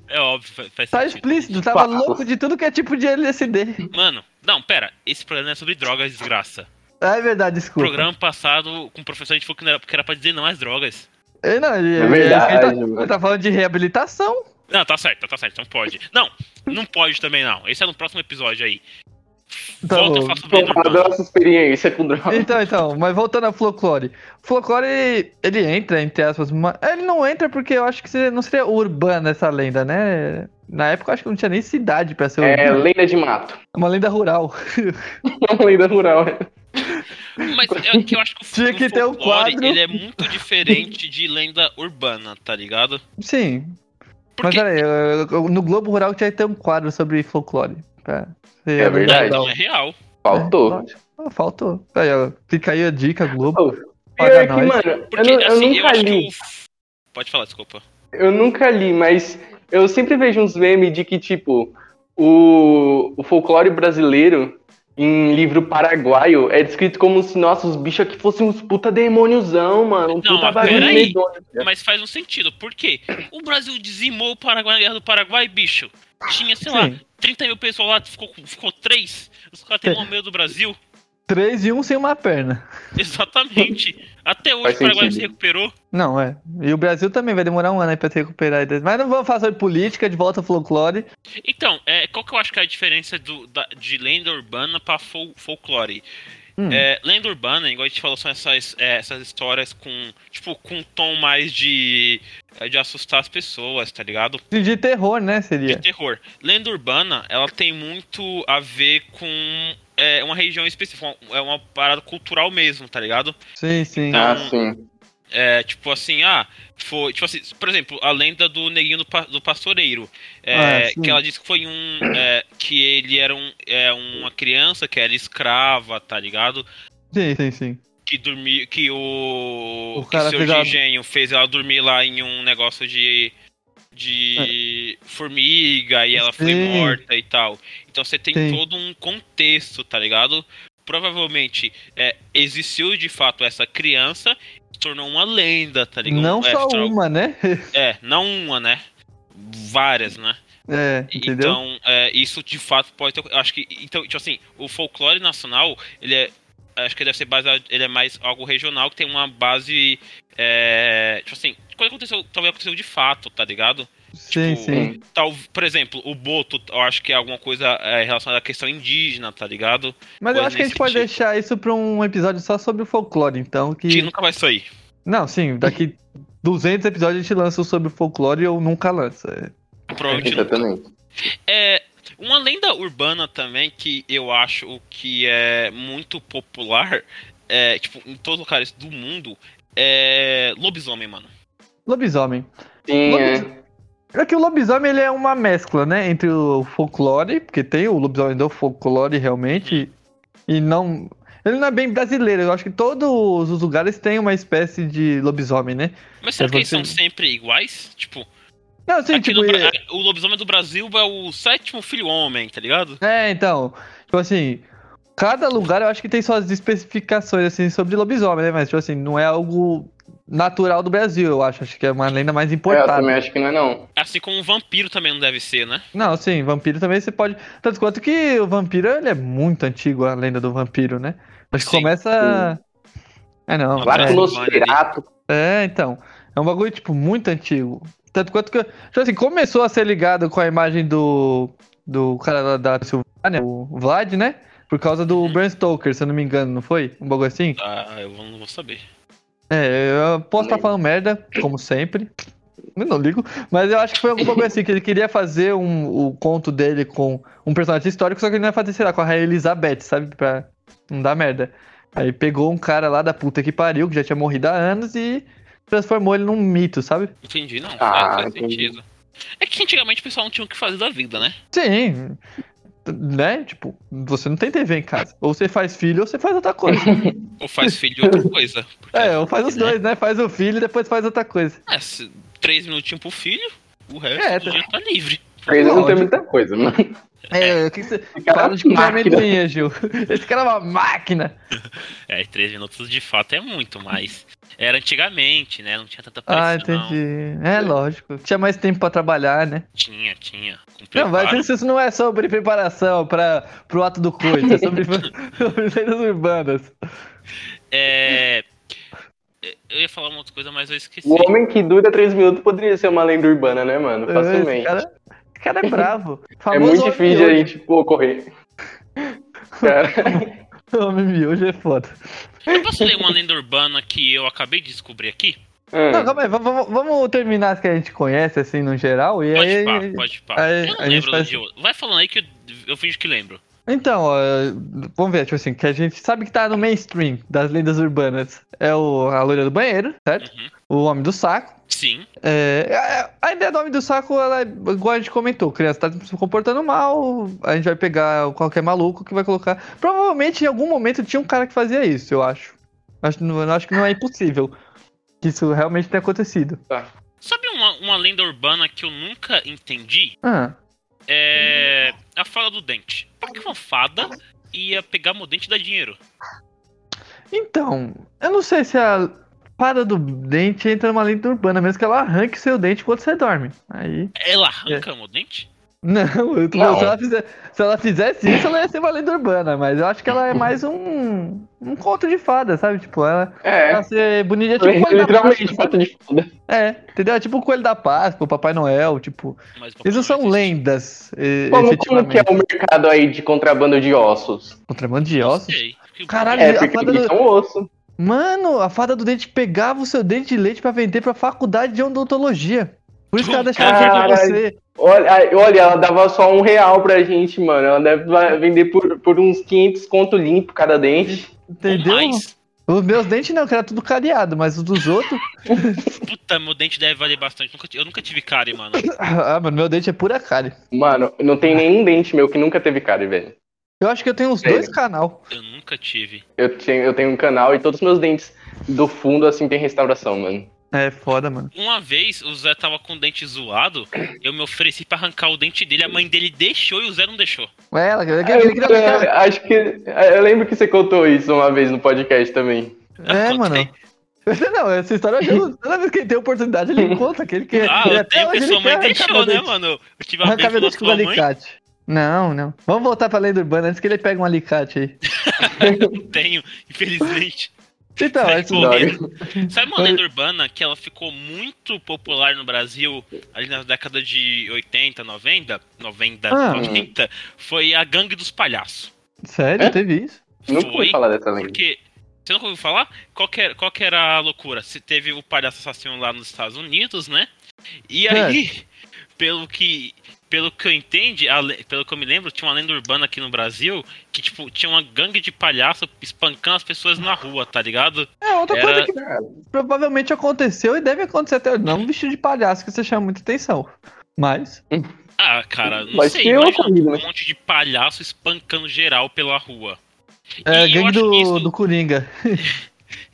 É óbvio, fa- faz
Tá
sentido.
explícito, tava
Fato.
louco de tudo que é tipo de LSD.
Mano, não, pera. Esse programa é sobre drogas, desgraça.
É verdade,
O
desculpa.
programa passado com o professor a gente falou que, não era, que era pra dizer não às drogas.
É, não, ele-
É verdade,
ele tá- ele tá,
mano.
falando de reabilitação.
Não, tá certo, tá certo, então pode. Não, não pode também não. Esse é no próximo episódio aí.
Tá
Volta
bom.
a falar sobre
Vamos
lenda
falar
urbana.
da nossa experiência com droga.
Então, então, mas voltando ao folclore. Folclore, ele entra, entre aspas, ma- ele não entra porque eu acho que seria- não seria urbana essa lenda, né? Na época eu acho que não tinha nem cidade pra ser
É
urbana.
lenda de mato.
É uma lenda rural.
Não lenda rural. né?
Mas é que eu acho que o
Tinha
o
que ter um
folclore,
quadro.
ele é muito diferente de lenda urbana, tá ligado?
Sim, Mas
Porque
é peraí, eu- eu- eu- no Globo Rural tinha que ter um quadro sobre folclore. tá? pra ser
É verdade.
não é real.
Faltou.
lógico. Ah, faltou. Aí, ó, fica aí a dica, Globo.
Oh, Pior
Paga
é que,
nós.
mano, eu,
Porque
nu- eu
assim, eu,
nunca
acho que
li.
o. Pode falar, desculpa.
Eu nunca li, mas eu sempre vejo uns memes de que, tipo, o, o folclore brasileiro em livro paraguaio é descrito como se, nossa, os bichos aqui fossem uns puta demôniozão, mano. Um
Não,
puta
mas
bagulho
peraí.
medonho.
É.
Mas faz um sentido. Por quê? O Brasil dizimou o Paraguai na guerra do Paraguai, bicho. Tinha, sei lá,
Sim. É.
30 mil pessoas lá, ficou, ficou três. Os caras têm medo do Brasil.
Três e um sem uma perna.
Exatamente. Até hoje
Faz
o Paraguai
sentido.
se recuperou.
Não, é. E o Brasil também vai demorar um ano aí pra se recuperar. aí desse- Mas não vamos falar sobre política, de volta ao folclore.
Então, é, qual que eu acho que é a diferença do, da- de lenda urbana pra fol- folclore?
Hum.
É, lenda urbana, igual a gente falou, são essas, é, essas histórias com, tipo, com um tom mais de, é, de assustar as pessoas, tá ligado?
De, de terror, né,
De
seria.
terror. Lenda urbana, ela tem muito a ver com é, uma região específica, uma- é uma parada cultural mesmo, tá ligado?
Sim, sim.
Tá.
Ah, sim.
É, tipo assim, ah, foi, tipo assim, por exemplo, a lenda do neguinho do, pa- do pastoreiro, é,
Ah, sim.
que ela disse que foi um, é, que ele era um, é, uma criança que era escrava, tá ligado?
Sim, sim, sim.
Que dormia, que o,
O
que
cara
seu
fez ela-
engenho fez ela dormir lá em um negócio de, de formiga e ela foi
É. Sim.
morta e tal. Então você tem
Sim.
todo um contexto, tá ligado? Provavelmente é, existiu de fato essa criança, se tornou uma lenda, tá ligado?
Não
É,
só
se tornou-
uma, né?
É, não uma, né? Várias, né?
É, entendeu?
Então, é, isso de fato pode ter. eu Acho que. Então, tipo assim, o folclore nacional, ele é. Acho que deve ser baseado. Ele é mais algo regional que tem uma base. É, tipo assim, coisa que aconteceu, talvez aconteceu de fato, tá ligado?
sim,
tipo,
sim.
Tal, por exemplo, o Boto, eu acho que é alguma coisa é, relacionada à questão indígena, tá ligado?
Mas eu
coisa
acho que a gente
nesse
pode
sentido. Tipo,
deixar isso pra um episódio só sobre o folclore, então.
Que
Que...
nunca vai sair.
Não, sim, daqui 200 episódios a gente lança o sobre o folclore ou nunca lança. é.
Provavelmente nunca.
Exatamente.
É, uma lenda urbana também que eu acho que é muito popular, é, tipo, em todos os lugares do mundo, é lobisomem, mano.
Lobisomem.
Sim, é.
É que o lobisomem ele é uma mescla, né? Entre o folclore, porque tem o lobisomem do folclore realmente, e não. Ele não é bem brasileiro, eu acho que todos os lugares têm uma espécie de lobisomem, né?
Mas será
É
que eles
você-
são sempre iguais? Tipo,
Não, sim,
aqui
tipo.
no Bra-
é-
o lobisomem do Brasil é o sétimo filho homem, tá ligado?
É, então. Tipo assim, cada lugar eu acho que tem suas especificações, assim, sobre lobisomem, né? Mas, tipo assim, não é algo natural do Brasil, eu acho. Acho que é uma lenda mais
É, eu
importada.
também acho que não é não.
Assim como o vampiro também não deve ser, né?
Não, sim, vampiro também você pode. Tanto quanto que o vampiro, ele é muito antigo, a lenda do vampiro, né? Acho que
Sim.
começa. É, não.
Lá
Lá
Parece
com
com
É,
o
Nosferatu.
é, então. É um bagulho, tipo, muito antigo. Tanto quanto que. Tipo assim, começou a ser ligado com a imagem do. Do cara lá da Silvânia, o Vlad, né? Por causa do Bram Stoker, se eu não me engano, não foi? Um bagulho assim?
Ah, eu não vou saber.
É, eu posso estar
Lembro.
falando merda, como sempre. Eu não ligo. Mas eu acho que foi alguma coisa assim, que ele queria fazer um, o conto dele com um personagem histórico, só que ele não ia fazer, sei lá, com a Rainha Elizabeth, sabe? Pra não dar merda. Aí pegou um cara lá da puta que pariu, que já tinha morrido há anos, e transformou ele num mito, sabe?
Entendi, não.
Ah,
faz, faz
entendi.
sentido. É que antigamente o pessoal não tinha o que fazer da vida, né?
Sim. t- Né? Tipo, você não tem TV em casa. Ou você faz filho ou você faz outra coisa.
Ou faz filho de outra coisa. porque-
É, ou faz os
né?
dois, né? Faz o filho e depois faz outra coisa.
É, se- três minutinhos pro filho, o resto
É,
do
tá-
dia tá livre.
Ele não tem
Lógico.
muita coisa, né? mano.
É, o que que você.
O cara é
Para de comer
máquina.
amendoim, Gil. Esse cara é uma máquina.
É, e três minutos de fato é muito, mas era antigamente, né? Não tinha tanta
é
pressão.
Ah, entendi. É lógico. Tinha mais tempo pra trabalhar, né?
Tinha, tinha. Com
Não, mas
preparo.
isso- isso não é sobre preparação para pro ato do coito, é sobre, sobre lendas urbanas.
É... é, Eu ia falar uma outra coisa, mas eu esqueci.
O Um homem que dura 3 minutos poderia ser uma lenda urbana, né, mano?
Esse
Facilmente.
É, cara, esse cara é bravo.
É
Famoso
muito
homem
difícil a
miojo.
gente, pô, correr. Cara,
Homem miojo é foda.
Eu posso ler uma lenda urbana que eu acabei de descobrir aqui?
Não,
hum,
calma aí, vamos, vamos terminar as que a gente conhece, assim, no geral, e
Pode
aí...
pá, pode pá. eu
aí-
não
aí a gente
lembro
faz-
de outro. Vai falando aí que eu, eu finge que lembro.
Então, ó, vamos ver, tipo assim, que a gente sabe que tá no mainstream das lendas urbanas. É o, a loira do banheiro, certo?
Uhum.
O homem do saco.
Sim,
É, a- a ideia do homem do saco, ela, é igual a gente comentou, criança tá se comportando mal, a gente vai pegar qualquer maluco que vai colocar. Provavelmente em algum momento tinha um cara que fazia isso, eu acho. Acho, não- eu acho que não é impossível que isso realmente tenha acontecido.
sabe uma, uma lenda urbana que eu nunca entendi?
Ah,
É. A fala do dente. Por que uma fada ia pegar meu dente e dar dinheiro?
então, eu não sei se a parada do dente entra numa lenda urbana, mesmo que ela arranque seu dente quando você dorme. Aí.
Ela
É.
arranca meu dente?
Não, eu tô
Não.
falando, Se, ela fizer- se ela fizesse isso, ela ia ser uma lenda urbana, mas eu acho que ela é mais um, um conto de fada, sabe? Tipo, ela.
É.
Pra ser bonita, é tipo o coelho da
Literalmente,
Páscoa.
fato de foda.
É, entendeu? É tipo o coelho da Páscoa, o Papai Noel, tipo.
Mas o Papai
Eles não
Noel
são
existe.
lendas, e,
Como, como que
efetivamente.
é o mercado aí de contrabando de ossos?
Contrabando de
Não
ossos.
sei. Porque-
Caralho,
É,
a
porque
fada
eles
do-
são osso.
Mano, a fada do dente pegava o seu dente de leite pra vender pra faculdade de odontologia. Por isso que ela deixava
Caralho.
pra você.
Olha, ai, olha, ela dava só um real pra gente, mano. Ela deve va- vender por, por uns 500 conto limpo cada dente.
Entendeu?
Mas,
Os meus dentes não, que era tudo cariado, mas os dos outros.
puta, meu dente deve valer bastante. Nunca ti- eu nunca tive cárie, mano.
Ah, mano, meu dente é pura cárie.
Mano, não tem nenhum dente meu que nunca teve cárie, velho.
Eu acho que eu tenho uns dois canal.
Eu nunca tive.
Eu tenho, eu tenho um canal e todos os meus dentes do fundo, assim, tem restauração, mano.
É foda, mano.
Uma vez o Zé tava com o dente zoado, eu me ofereci pra arrancar o dente dele, a mãe dele deixou e o Zé não deixou.
Ué, É, ela quer
Eu, eu- É, acho que. é, Eu lembro que você contou isso uma vez no podcast também.
É,
Eu
mano.
contei.
Não, essa história, eu- toda vez que ele tem oportunidade, ele encontra aquele que.
Ah,
ele
eu tenho
hoje
que
ele
sua mãe
quer arrancar
deixou,
meu
né,
dente.
mano? Eu tive uma vez
Arrancar meu
pela
dente com um
sua mãe,
alicate. Não, não. Vamos voltar pra lei do urbano antes que ele pegue um alicate aí.
não tenho, infelizmente.
Então,
Sai
esse-
correndo. Sabe uma
Mas-
lenda urbana que ela ficou muito popular no Brasil ali na década de 80, 90? 90,
Ah.
90? Foi a Gangue dos Palhaços.
sério, teve isso?
Nunca
Foi?
ouvi falar dessa lenda.
Porque. Você nunca ouviu falar? Qual que, era, qual que era a loucura? Você teve o palhaço assassino lá nos Estados Unidos, né? E aí, pelo que. Pelo que eu entendi, a le- pelo que eu me lembro, tinha uma lenda urbana aqui no Brasil que, tipo, tinha uma gangue de palhaço espancando as pessoas na rua, tá ligado?
É, outra
Era-
coisa que provavelmente aconteceu e deve acontecer até hoje. Não um vestido de palhaço que você chama muita atenção. Mas.
Ah, cara, não
Mas
sei,
tem
imagina
ocorrido, né?
um monte de palhaço espancando geral pela rua.
É,
E eu
gangue
acho que
do,
isso-
do Coringa.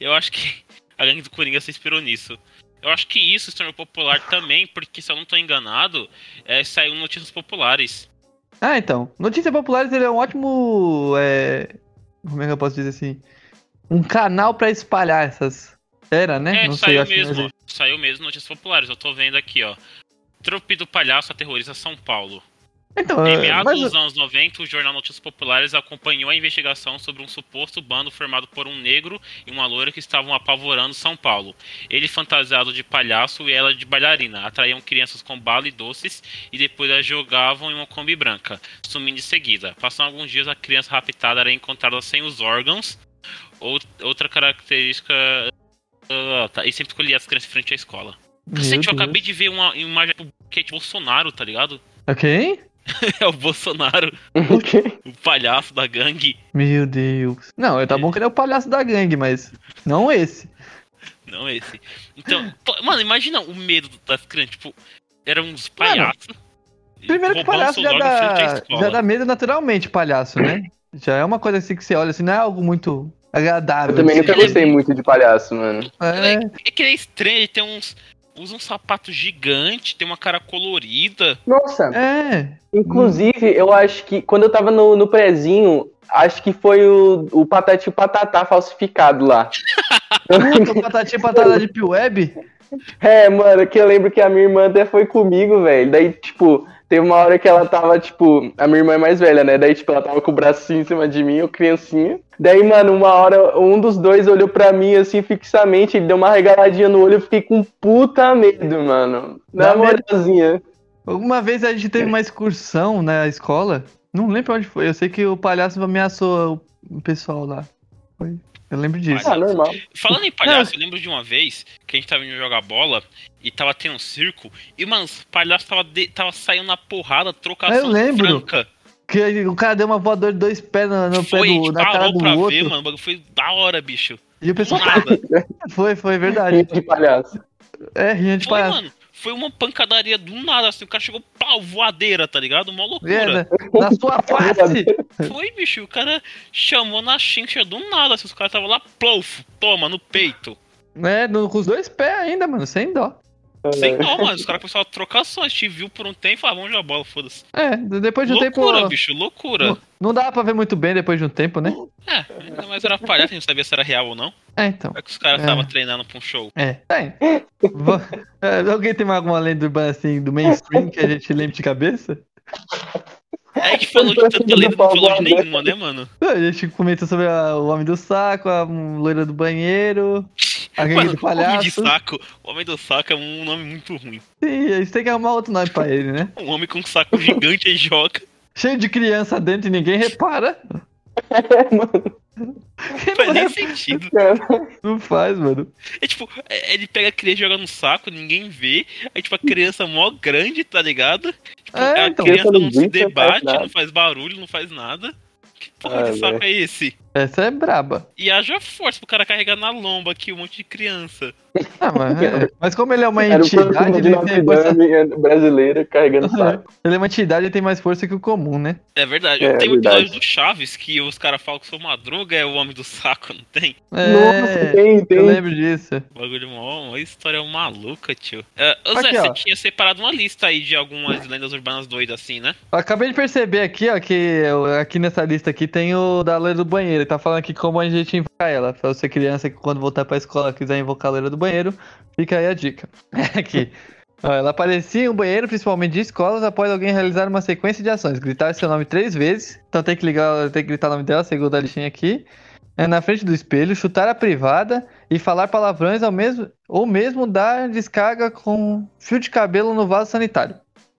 Eu acho que a gangue do Coringa se inspirou nisso. Eu acho que isso se tornou popular também, porque se eu não tô enganado, é, saiu notícias populares.
Ah, então. Notícias Populares ele é um ótimo. é, Como é que eu posso dizer assim? Um canal pra espalhar essas. Era, né?
É,
não sei,
saiu
eu acho que não
mesmo.
existe.
saiu mesmo notícias populares. Eu tô vendo aqui, ó. Trupe do Palhaço aterroriza São Paulo.
Então,
Em
é,
meados
mas-
dos anos 90, o jornal Notícias Populares acompanhou a investigação sobre um suposto bando formado por um negro e uma loira que estavam apavorando São Paulo. Ele fantasiado de palhaço e ela de bailarina. Atraíam crianças com bala e doces e depois as jogavam em uma Kombi branca, sumindo em seguida. Passando alguns dias, a criança raptada era encontrada sem os órgãos. Out- Outra característica. ah, tá. E sempre escolhia as crianças em frente à escola.
Meu
Cacete, eu
Deus.
acabei de ver uma imagem do Kate Bolsonaro, tá ligado?
Ok?
É o Bolsonaro.
né?
O palhaço da gangue.
Meu Deus. Não, tá bom que ele é o palhaço da gangue, mas não esse.
Não esse. Então, pô, mano, imagina o medo das crianças. Tipo, eram uns palhaços. um
Primeiro que
roubando
palhaço já
celular na frente à
dá,
escola.
já dá medo naturalmente, palhaço, né? Já é uma coisa assim que você olha assim, não é algo muito agradável.
Eu também
assim.
nunca gostei muito de palhaço, mano.
É,
É que ele é estranho, ele tem uns. Usa um sapato gigante, tem uma cara colorida.
Nossa,
é.
Inclusive, eu acho que quando eu tava no, no prezinho, acho que foi o, o Patati e o Patatá falsificado lá.
Puta, patatinha patada de P-Web.
é, mano, que eu lembro que a minha irmã até foi comigo, velho. Daí, tipo, teve uma hora que ela tava, tipo, a minha irmã é mais velha, né? Daí, tipo, ela tava com o bracinho em cima de mim, eu criancinha. Daí, mano, uma hora, um dos dois olhou pra mim, assim, fixamente, ele deu uma regaladinha no olho, eu fiquei com puta medo, mano. Na
Dá medo.
moralzinha.
Alguma vez a gente teve uma excursão na escola. Não lembro onde foi. Eu sei que o palhaço ameaçou o pessoal lá. Foi. Eu lembro disso.
Ah, normal.
Falando em palhaço, eu lembro de uma vez que a gente tava indo jogar bola e tava tendo um circo. E, mano, os palhaços tava, de- tava saindo na porrada, trocação
Eu lembro.
franca.
Que ele- o cara deu uma voadora de dois pés no, no pé
Foi, a
do,
gente
na cara
parou
do
pra
outro.
ver, mano. o bagulho Foi da hora, bicho.
E o
Do
pessoal.
nada.
Foi, foi, verdade.
De palhaço.
É, rinha de
Foi,
palhaço.
mano. Foi uma pancadaria do nada, assim. O cara chegou, pau, voadeira, tá ligado? Mó
É,
loucura.
na, na sua face!
Foi, bicho. O cara chamou na chincha do nada, assim. Os caras estavam lá, plouf, toma, no peito.
É, no- com os dois pés ainda, mano, sem dó. É.
Sem dó, mano. Os caras começaram a trocação. A gente viu por um tempo e falou, ah, vamos jogar bola, foda-se.
É, d- depois de um tempo.
Loucura, bicho, loucura.
Não dava pra ver muito bem depois de um tempo, né?
É, ainda mais era palhaço, a gente não sabia se era real ou não.
É, então.
É que os caras
É.
estavam treinando pra um show.
É. Bem, vo- é, alguém tem mais alguma lenda urbana assim do mainstream que a gente lembre de cabeça?
É Aí a gente falou de tanta lenda, não falou de nenhuma, né, mano?
Não, A gente comentou sobre a- o homem do saco, a hum, loira do banheiro, a gangue
Mano,
do
homem de
palhaço.
saco. Homem do saco é um nome muito ruim.
Sim, a gente tem que arrumar outro nome pra ele, né?
Um homem com um saco gigante aí joga.
Cheio de criança dentro e ninguém repara.
É, mano.
Não faz
é
nem sentido.
Não faz, mano.
É tipo, é- ele pega a criança e joga no saco, ninguém vê. Aí, tipo, a criança mó grande, tá ligado? Tipo,
É,
a
então.
criança não
Criança não
se
grita, não faz
debate,
nada.
não faz barulho, não faz nada. Que porra
Ah,
de saco é esse?
Essa é braba.
E haja força pro cara carregar na lomba aqui um monte de criança.
Ah, mas, é. Mas como ele é uma
Era o
entidade,
corpo de
ele tem força...
Notre-Dame brasileiro carregando saco.
Ele é uma entidade e tem mais força que o comum, né?
É verdade.
É,
tem um
verdade.
episódio do Chaves que os caras falam que sou madruga, é o homem do saco, não tem?
Nossa,
É,
tem,
eu
tem.
lembro disso.
Bagulho mó, uma história maluca, tio. É, ô
Aqui,
Zé,
ó.
você tinha separado uma lista aí de algumas lendas urbanas doidas assim, né?
Eu Acabei de perceber aqui, ó, que eu- aqui nessa lista aqui tem o da loira do banheiro. Ele tá falando aqui como a gente invoca ela. Pra você criança que quando voltar pra escola quiser invocar a loira do banheiro, fica aí a dica. É aqui. Ó, ela aparecia em um banheiro, principalmente de escolas, após alguém realizar uma sequência de ações. Gritar seu nome três vezes. Então tem que ligar, tem que gritar o nome dela, segundo a listinha aqui. É na frente do espelho, chutar a privada e falar palavrões ao mesmo, ou mesmo dar descarga com fio de cabelo no vaso sanitário.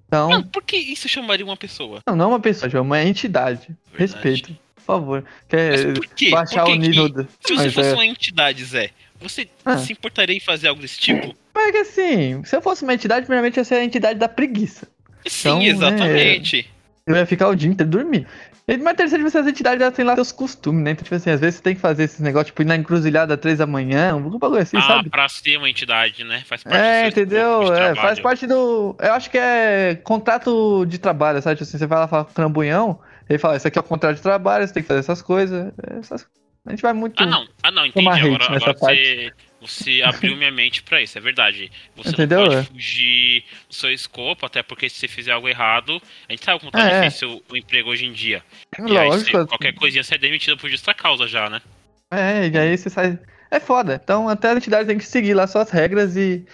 Então,
Mano, por que isso chamaria uma pessoa?
não, não é uma pessoa, João, é uma entidade.
Verdade.
Respeito, por favor.
Mas
Quer
por quê? Por
baixar
que
É, o nível
que-
do.
Se você
Mas
fosse
é-
uma entidade, Zé, você
Ah.
se importaria em fazer algo desse tipo?
Mas é que assim, se eu fosse uma entidade, primeiramente ia ser a entidade da preguiça.
Sim,
Então, né,
exatamente.
Eu ia ficar o dia inteiro dormindo. E, Mas terceiro, tipo assim, as entidades elas têm lá seus costumes, né? Então, tipo assim, às vezes você tem que fazer esses negócios, tipo, ir na encruzilhada às três da manhã, um bagulho assim,
ah,
sabe?
pra ser uma entidade, né? Faz parte
É,
do seu escopo
entendeu?
de
É, faz
trabalho.
parte do. Eu acho que é contrato de trabalho, sabe? Tipo assim, você vai lá falar com o crambuhão, ele fala, isso aqui é o contrato de trabalho, você tem que fazer essas coisas. essas- A gente vai muito.
Ah, não. Ah, não, entendi.
Tomar hate
Agora,
nessa
agora você, você abriu minha mente pra isso, é verdade. Você
Entendeu?
não pode
É.
fugir do seu escopo, até porque se você fizer algo errado, a gente sabe como tá
É, é.
difícil o emprego hoje em dia. E aí,
Lógico.
você- qualquer coisinha você é demitido por justa causa já, né?
É, e aí você sai. É foda. Então até a entidade tem que seguir lá suas regras e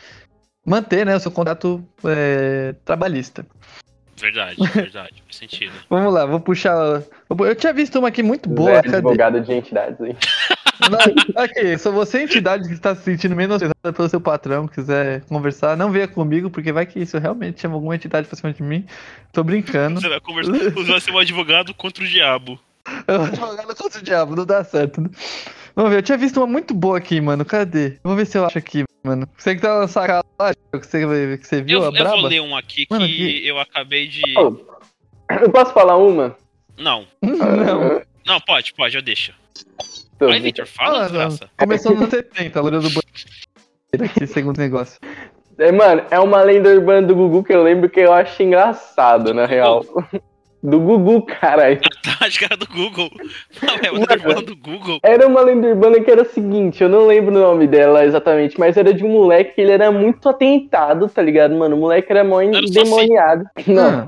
manter, né, o seu contrato é, trabalhista.
Verdade, verdade. Faz sentido.
Vamos lá, vou puxar. vou- Eu tinha visto uma aqui muito boa.
Boa,
cadê?
advogado de entidades, hein?
Não, aqui, se você é entidade que está se sentindo menosprezada pelo seu patrão, quiser conversar, não venha comigo, porque vai que isso realmente chama alguma entidade pra cima de mim. Tô brincando.
Você vai conversar. Você vai ser um advogado contra o diabo.
Eu vou jogar no Tá contra o diabo, não dá certo. né? Vamos ver, eu tinha visto uma muito boa aqui, mano. Cadê? Vou ver se eu acho aqui, mano. Você que tá na sacanagem, que você, que você viu
Eu,
a
eu vou
braba?
ler um aqui que
Mano, que-
eu acabei de.
Oh. Eu posso falar uma?
Não.
Não.
Ah,
Não, pode, pode, eu deixo.
tô-
Vai, Victor, fala,
Ah, não.
desgraça.
Começou nos 70, a loira do banheiro. Aqui, segundo negócio.
É, mano, é uma lenda urbana do Gugu que eu lembro que eu acho engraçado, na real. Do Gugu, caralho.
Tá, de cara do Google. Não, é o
Mano.
Underground do Google.
Era uma lenda urbana que era o seguinte, eu não lembro o nome dela exatamente, mas era de um moleque que ele era muito atentado, tá ligado, mano? O moleque era mó
Era o Saci.
endemoniado. Não,
Ah,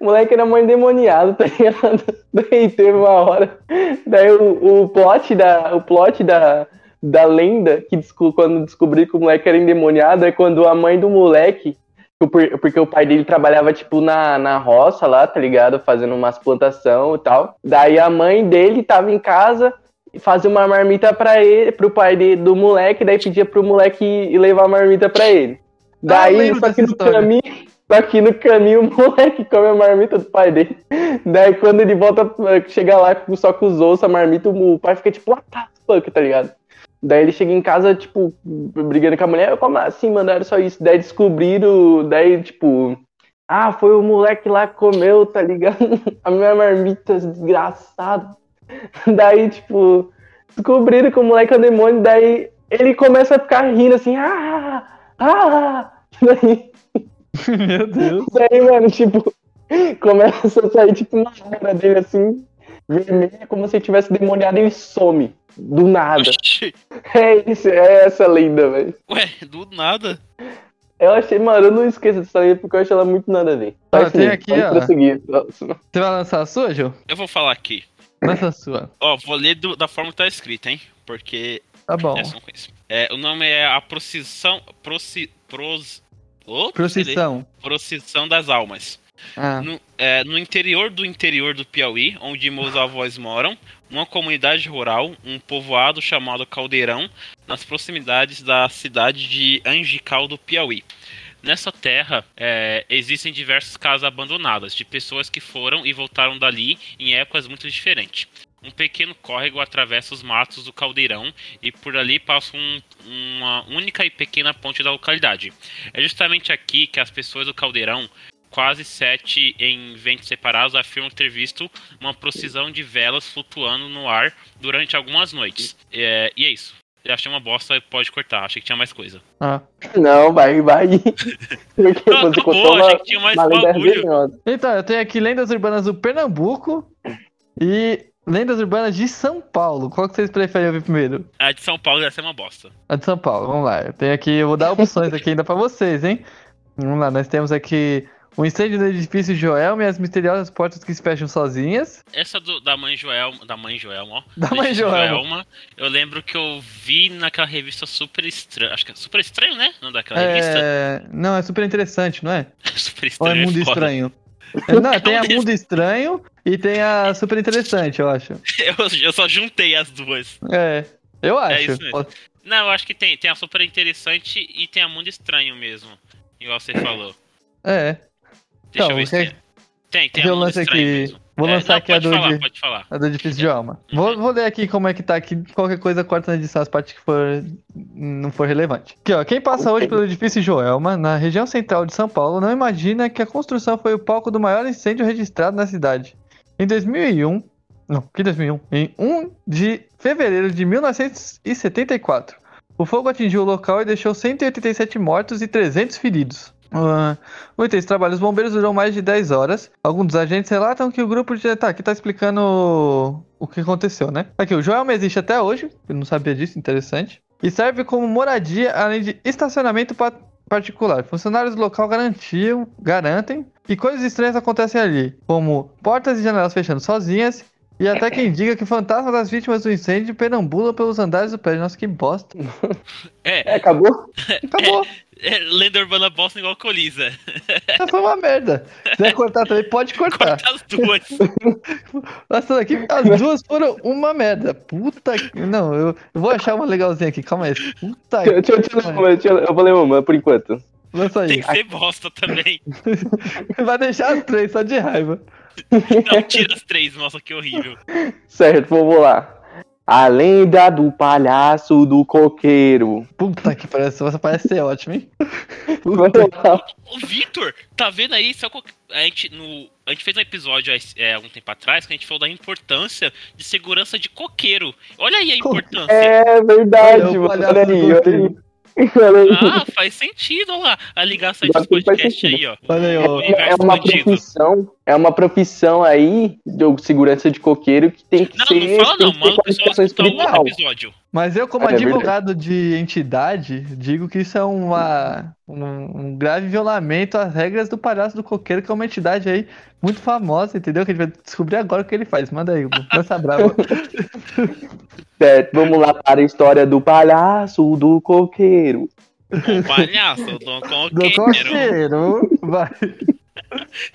o moleque era mó endemoniado, tá ligado? Daí teve uma hora. Daí o, o plot da. O plot da. Da lenda que desco- quando descobri que o moleque era endemoniado é quando a mãe do moleque. por- Porque o pai dele trabalhava, tipo, na, na roça lá, tá ligado? Fazendo umas plantação e tal. Daí a mãe dele tava em casa fazia uma marmita pra ele, pro pai de- do moleque, daí pedia pro moleque ir ir levar a marmita pra ele.
Ah, eu
Daí,
lembro
só que
dessa
no
história.
caminho, só que no caminho o moleque come a marmita do pai dele. Daí quando ele volta, chega lá só com os ossos, a marmita, o pai fica tipo, what the fuck, tá ligado? Daí ele chega em casa, tipo, brigando com a mulher, como assim, mandaram só isso? Daí descobriram, daí, tipo, ah, foi o moleque lá que comeu, tá ligado? A minha marmita, desgraçado. Daí, tipo, descobriram que o moleque é um demônio, daí ele começa a ficar rindo assim, ah, ah, daí,
Meu Deus.
daí mano, tipo, começa a sair, tipo, uma cara dele assim, vermelha, como se ele tivesse demoniado, ele some, do nada.
Oxi.
É isso, é essa lenda, velho.
Ué, do nada.
Eu achei, mano, eu não esqueço dessa lenda porque eu achei ela muito nada a ver.
Ah,
isso
tem
mesmo,
aqui,
pode
ó.
prosseguir.
Você vai lançar a sua, João?
Eu vou falar aqui.
Lança a sua.
Ó, vou ler do- da forma que tá escrita, hein? Porque
Tá bom.
essa eu não conheço. É, o nome é a procissão. Proci, pros, Ô,
Procissão.
Procissão das Almas.
Ah,
No, é, no interior do interior do Piauí, onde meus avós moram, uma comunidade rural, um povoado chamado Caldeirão, nas proximidades da cidade de Angical do Piauí. Nessa terra é, existem diversas casas abandonadas de pessoas que foram e voltaram dali em épocas muito diferentes. Um pequeno córrego atravessa os matos do caldeirão e por ali passa um- uma única e pequena ponte da localidade. É justamente aqui que as pessoas do caldeirão quase sete em ventos separados afirmam ter visto uma procissão de velas flutuando no ar durante algumas noites. É, e é isso. Eu achei uma bosta, pode cortar. Achei que tinha mais coisa.
Ah.
Não, vai, vai. Porque
Não,
você
acabou,
contou
achei
uma,
que tinha mais
uma lenda
bagulho.
venenosa.
Então, eu tenho aqui lendas urbanas do Pernambuco e lendas urbanas de São Paulo. Qual que vocês preferem ouvir primeiro?
A de São Paulo deve ser uma bosta.
A de São Paulo, vamos lá. Eu tenho aqui, eu vou dar opções aqui ainda pra vocês, hein? Vamos lá, nós temos aqui o incêndio do edifício Joel e as misteriosas portas que se fecham sozinhas.
Essa do- da mãe Joelma. Da mãe Joelma, ó.
Da mãe
Letícia
Joelma.
Eu lembro que eu vi naquela revista super estranho. Acho que é super estranho, né? Não daquela revista?
É... Não, é super interessante, não é?
Super
Ou é
estranho.
Mundo
foda.
Estranho? Não, tem a Mundo Estranho e tem a Super Interessante, eu acho.
Eu, eu só juntei as duas.
É, eu acho.
isso mesmo. Não, eu acho que tem. Tem a super interessante e tem a Mundo Estranho mesmo. Igual você falou.
É,
Deixa
Então,
eu ver se
quer-
tem. Tem, tem
eu
a Mundo
lanço
Estranho
aqui-
mesmo.
vou
É,
lançar
não,
aqui a
pode
do
falar,
de-
pode falar.
a É do Edifício de Alma. Vou, vou ler aqui como é que tá aqui. Qualquer coisa, corta na edição as partes que for, não for relevante. Aqui, ó. Quem passa hoje pelo Edifício Joelma, na região central de São Paulo, não imagina que a construção foi o palco do maior incêndio registrado na cidade. Em 2001... Não, que 2001? Em 1 de fevereiro de 1974. O fogo atingiu o local e deixou 187 mortos e 300 feridos. Ah, o intenso trabalho dos bombeiros durou mais de 10 horas. Alguns dos agentes relatam que o grupo de. Tá, aqui tá explicando o- o que aconteceu, né? Aqui, o Joelma existe até hoje, eu não sabia disso, interessante. E serve como moradia, além de estacionamento pa- particular. Funcionários do local garantiam, garantem. E coisas estranhas acontecem ali, como portas e janelas fechando sozinhas. E até quem diga que fantasmas das vítimas do incêndio perambulam pelos andares do prédio. Nossa, que bosta.
É,
É, acabou?
Acabou.
é Lenda Urbana Bosta igual Colisa.
Essa foi uma merda. Se quiser cortar também, pode cortar.
Corta as duas.
Nossa, aqui as duas foram uma merda. Puta que. Não, eu, eu vou achar uma legalzinha aqui, calma aí. Puta
Deixa, deixa, deixa, eu ler uma, deixa eu ler- eu vou ler uma por enquanto.
Lança
Tem
aí.
que ser bosta também.
Vai deixar as três só de raiva.
Não, tira as três, nossa, que horrível.
Certo, vamos lá. A lenda do palhaço do coqueiro.
Puta que parece, essa parece ser ótima, hein?
Vamos lá.
Ô, Vitor, tá vendo aí? Sabe qual que- a, gente, no, a gente fez um episódio há é, algum tempo atrás que a gente falou da importância de segurança de coqueiro. Olha aí a
Co-
importância.
É verdade,
Olha, o
mano.
palhaço
Olha
do
aí,
coqueiro.
olha aí. Olha aí.
Ah, faz sentido, olha lá. A ligação
Agora
desse
tudo faz
podcast
sentido.
aí, ó.
Olha aí, ó.
Universo
É uma
bandido.
profissão, é uma profissão aí de segurança de coqueiro que tem que
Não,
ser.
não fala
tem
não,
que ter
mano. O pessoal
qualificação
escuta um
espiritual.
outro episódio.
Mas eu, como
É, é
advogado de entidade, digo que isso é uma, um, um grave violamento às regras do Palhaço do Coqueiro, que é uma entidade aí muito famosa, entendeu? Que a gente vai descobrir agora o que ele faz. Manda aí, Hugo. lança brava.
Certo, É, vamos lá para a história do palhaço do coqueiro.
Um palhaço, Dom
Do
Coqueiro,
Coqueiro. Vai.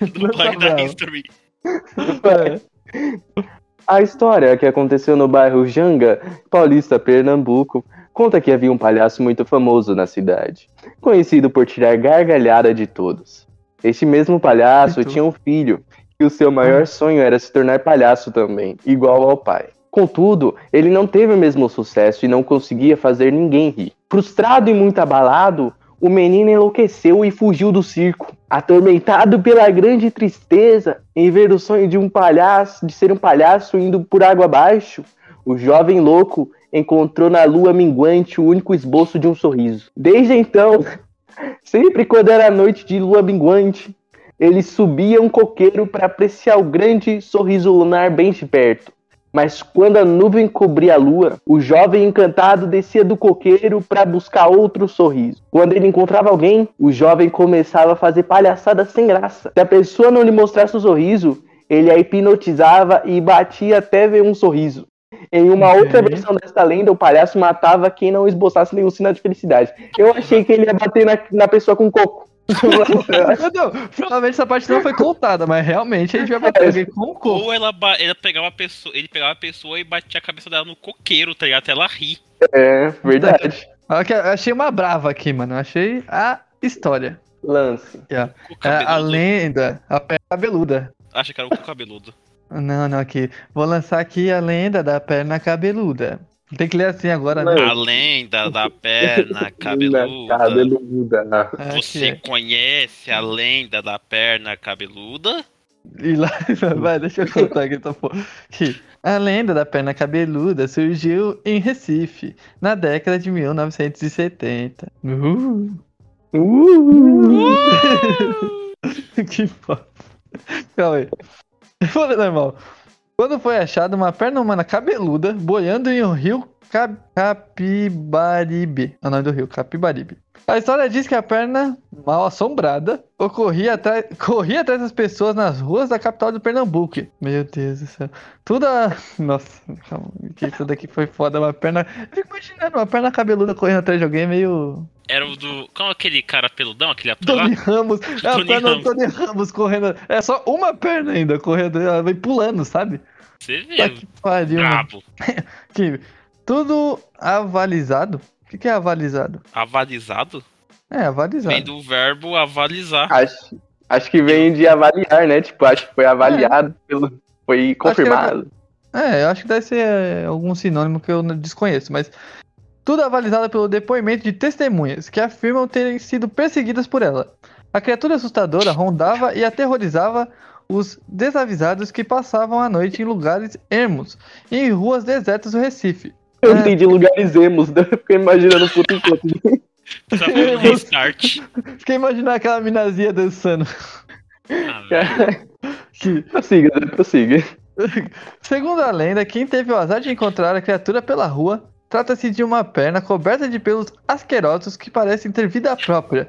do blog da
Bravo.
History.
A história que aconteceu no bairro Janga, Paulista, Pernambuco, conta que havia um palhaço muito famoso na cidade, conhecido por tirar gargalhada de todos. Este mesmo palhaço
Muito.
tinha um filho, e o seu maior sonho era se tornar palhaço também, igual ao pai. Contudo, ele não teve o mesmo sucesso e não conseguia fazer ninguém rir. Frustrado e muito abalado, o menino enlouqueceu e fugiu do circo. Atormentado pela grande tristeza em ver o sonho de um palhaço, de ser um palhaço indo por água abaixo, o jovem louco encontrou na lua minguante o único esboço de um sorriso. Desde então, sempre quando era noite de lua minguante, ele subia um coqueiro para apreciar o grande sorriso lunar bem de perto. Mas quando a nuvem cobria a lua, o jovem encantado descia do coqueiro para buscar outro sorriso. Quando ele encontrava alguém, o jovem começava a fazer palhaçadas sem graça. Se a pessoa não lhe mostrasse o sorriso, ele a hipnotizava e batia até ver um sorriso. Em uma outra
Uhum.
versão desta lenda, o palhaço matava quem não esboçasse nenhum sinal de felicidade. Eu achei que ele ia bater na, na pessoa com coco.
Meu Deus, provavelmente essa parte não foi contada, mas realmente a gente vai bater alguém com o corpo.
Ou ela, ba- ela pegava a pessoa, ele pegava a pessoa e batia a cabeça dela no coqueiro, tá ligado? Até ela rir.
É, verdade.
Ah, que- Achei uma brava aqui, mano. Achei a história.
Lance.
Cu
É, a
cabeludo.
lenda, a perna cabeluda.
Acha que era o cu cabeludo.
Não, não, aqui. Vou lançar aqui a lenda da perna cabeluda. Tem que ler assim agora,
Não.
né?
Além da, da perna
Da
cabeluda.
Cabeluda.
Ah,
Você
que-
conhece a lenda da perna cabeluda?
E lá, vai, deixa eu contar aqui, tá bom. Aqui. A lenda da perna cabeluda surgiu em Recife, na década de 1970. Uh,
Uh!
Hum. que foda. Calma aí. Vou ler normal. Quando foi achada uma perna humana cabeluda boiando em um rio Cap- Capibaribe. É o nome do rio, Capibaribe. A história diz que a perna mal assombrada ocorria atrás, corria atrás das pessoas nas ruas da capital do Pernambuco. Meu Deus do céu. Tudo a. Nossa, calma. que Isso daqui foi foda. Uma perna. Eu fico imaginando uma perna cabeluda correndo atrás de alguém meio.
Era o do. Como aquele cara peludão, aquele ator lá?
Tony Ramos. É a
Tony
perna do
Ramos.
Tony Ramos correndo. É só uma perna ainda correndo. Ela vem pulando, sabe?
Você
Tá
vê,
que pariu. mano.
É brabo.
Que- Tudo avalizado. O que, que é avalizado?
Avalizado?
É, avalizado.
Vem do verbo avalizar.
Acho, acho que vem de avaliar, né? Tipo, acho que foi avaliado, pelo, foi confirmado.
É, eu acho que deve ser é, algum sinônimo que eu não- desconheço, mas tudo avalizado pelo depoimento de testemunhas que afirmam terem sido perseguidas por ela. A criatura assustadora rondava e aterrorizava os desavisados que passavam a noite em lugares ermos e em ruas desertas do Recife.
Eu entendi lugares emos, né? Eu Fiquei imaginando o puto enquanto.
Tá bom, restart.
Fiquei imaginando aquela minazinha dançando.
Ah, velho.
Que-
prossiga, né? prossiga.
Segundo a lenda, quem teve o azar de encontrar a criatura pela rua trata-se de uma perna coberta de pelos asquerosos que parecem ter vida própria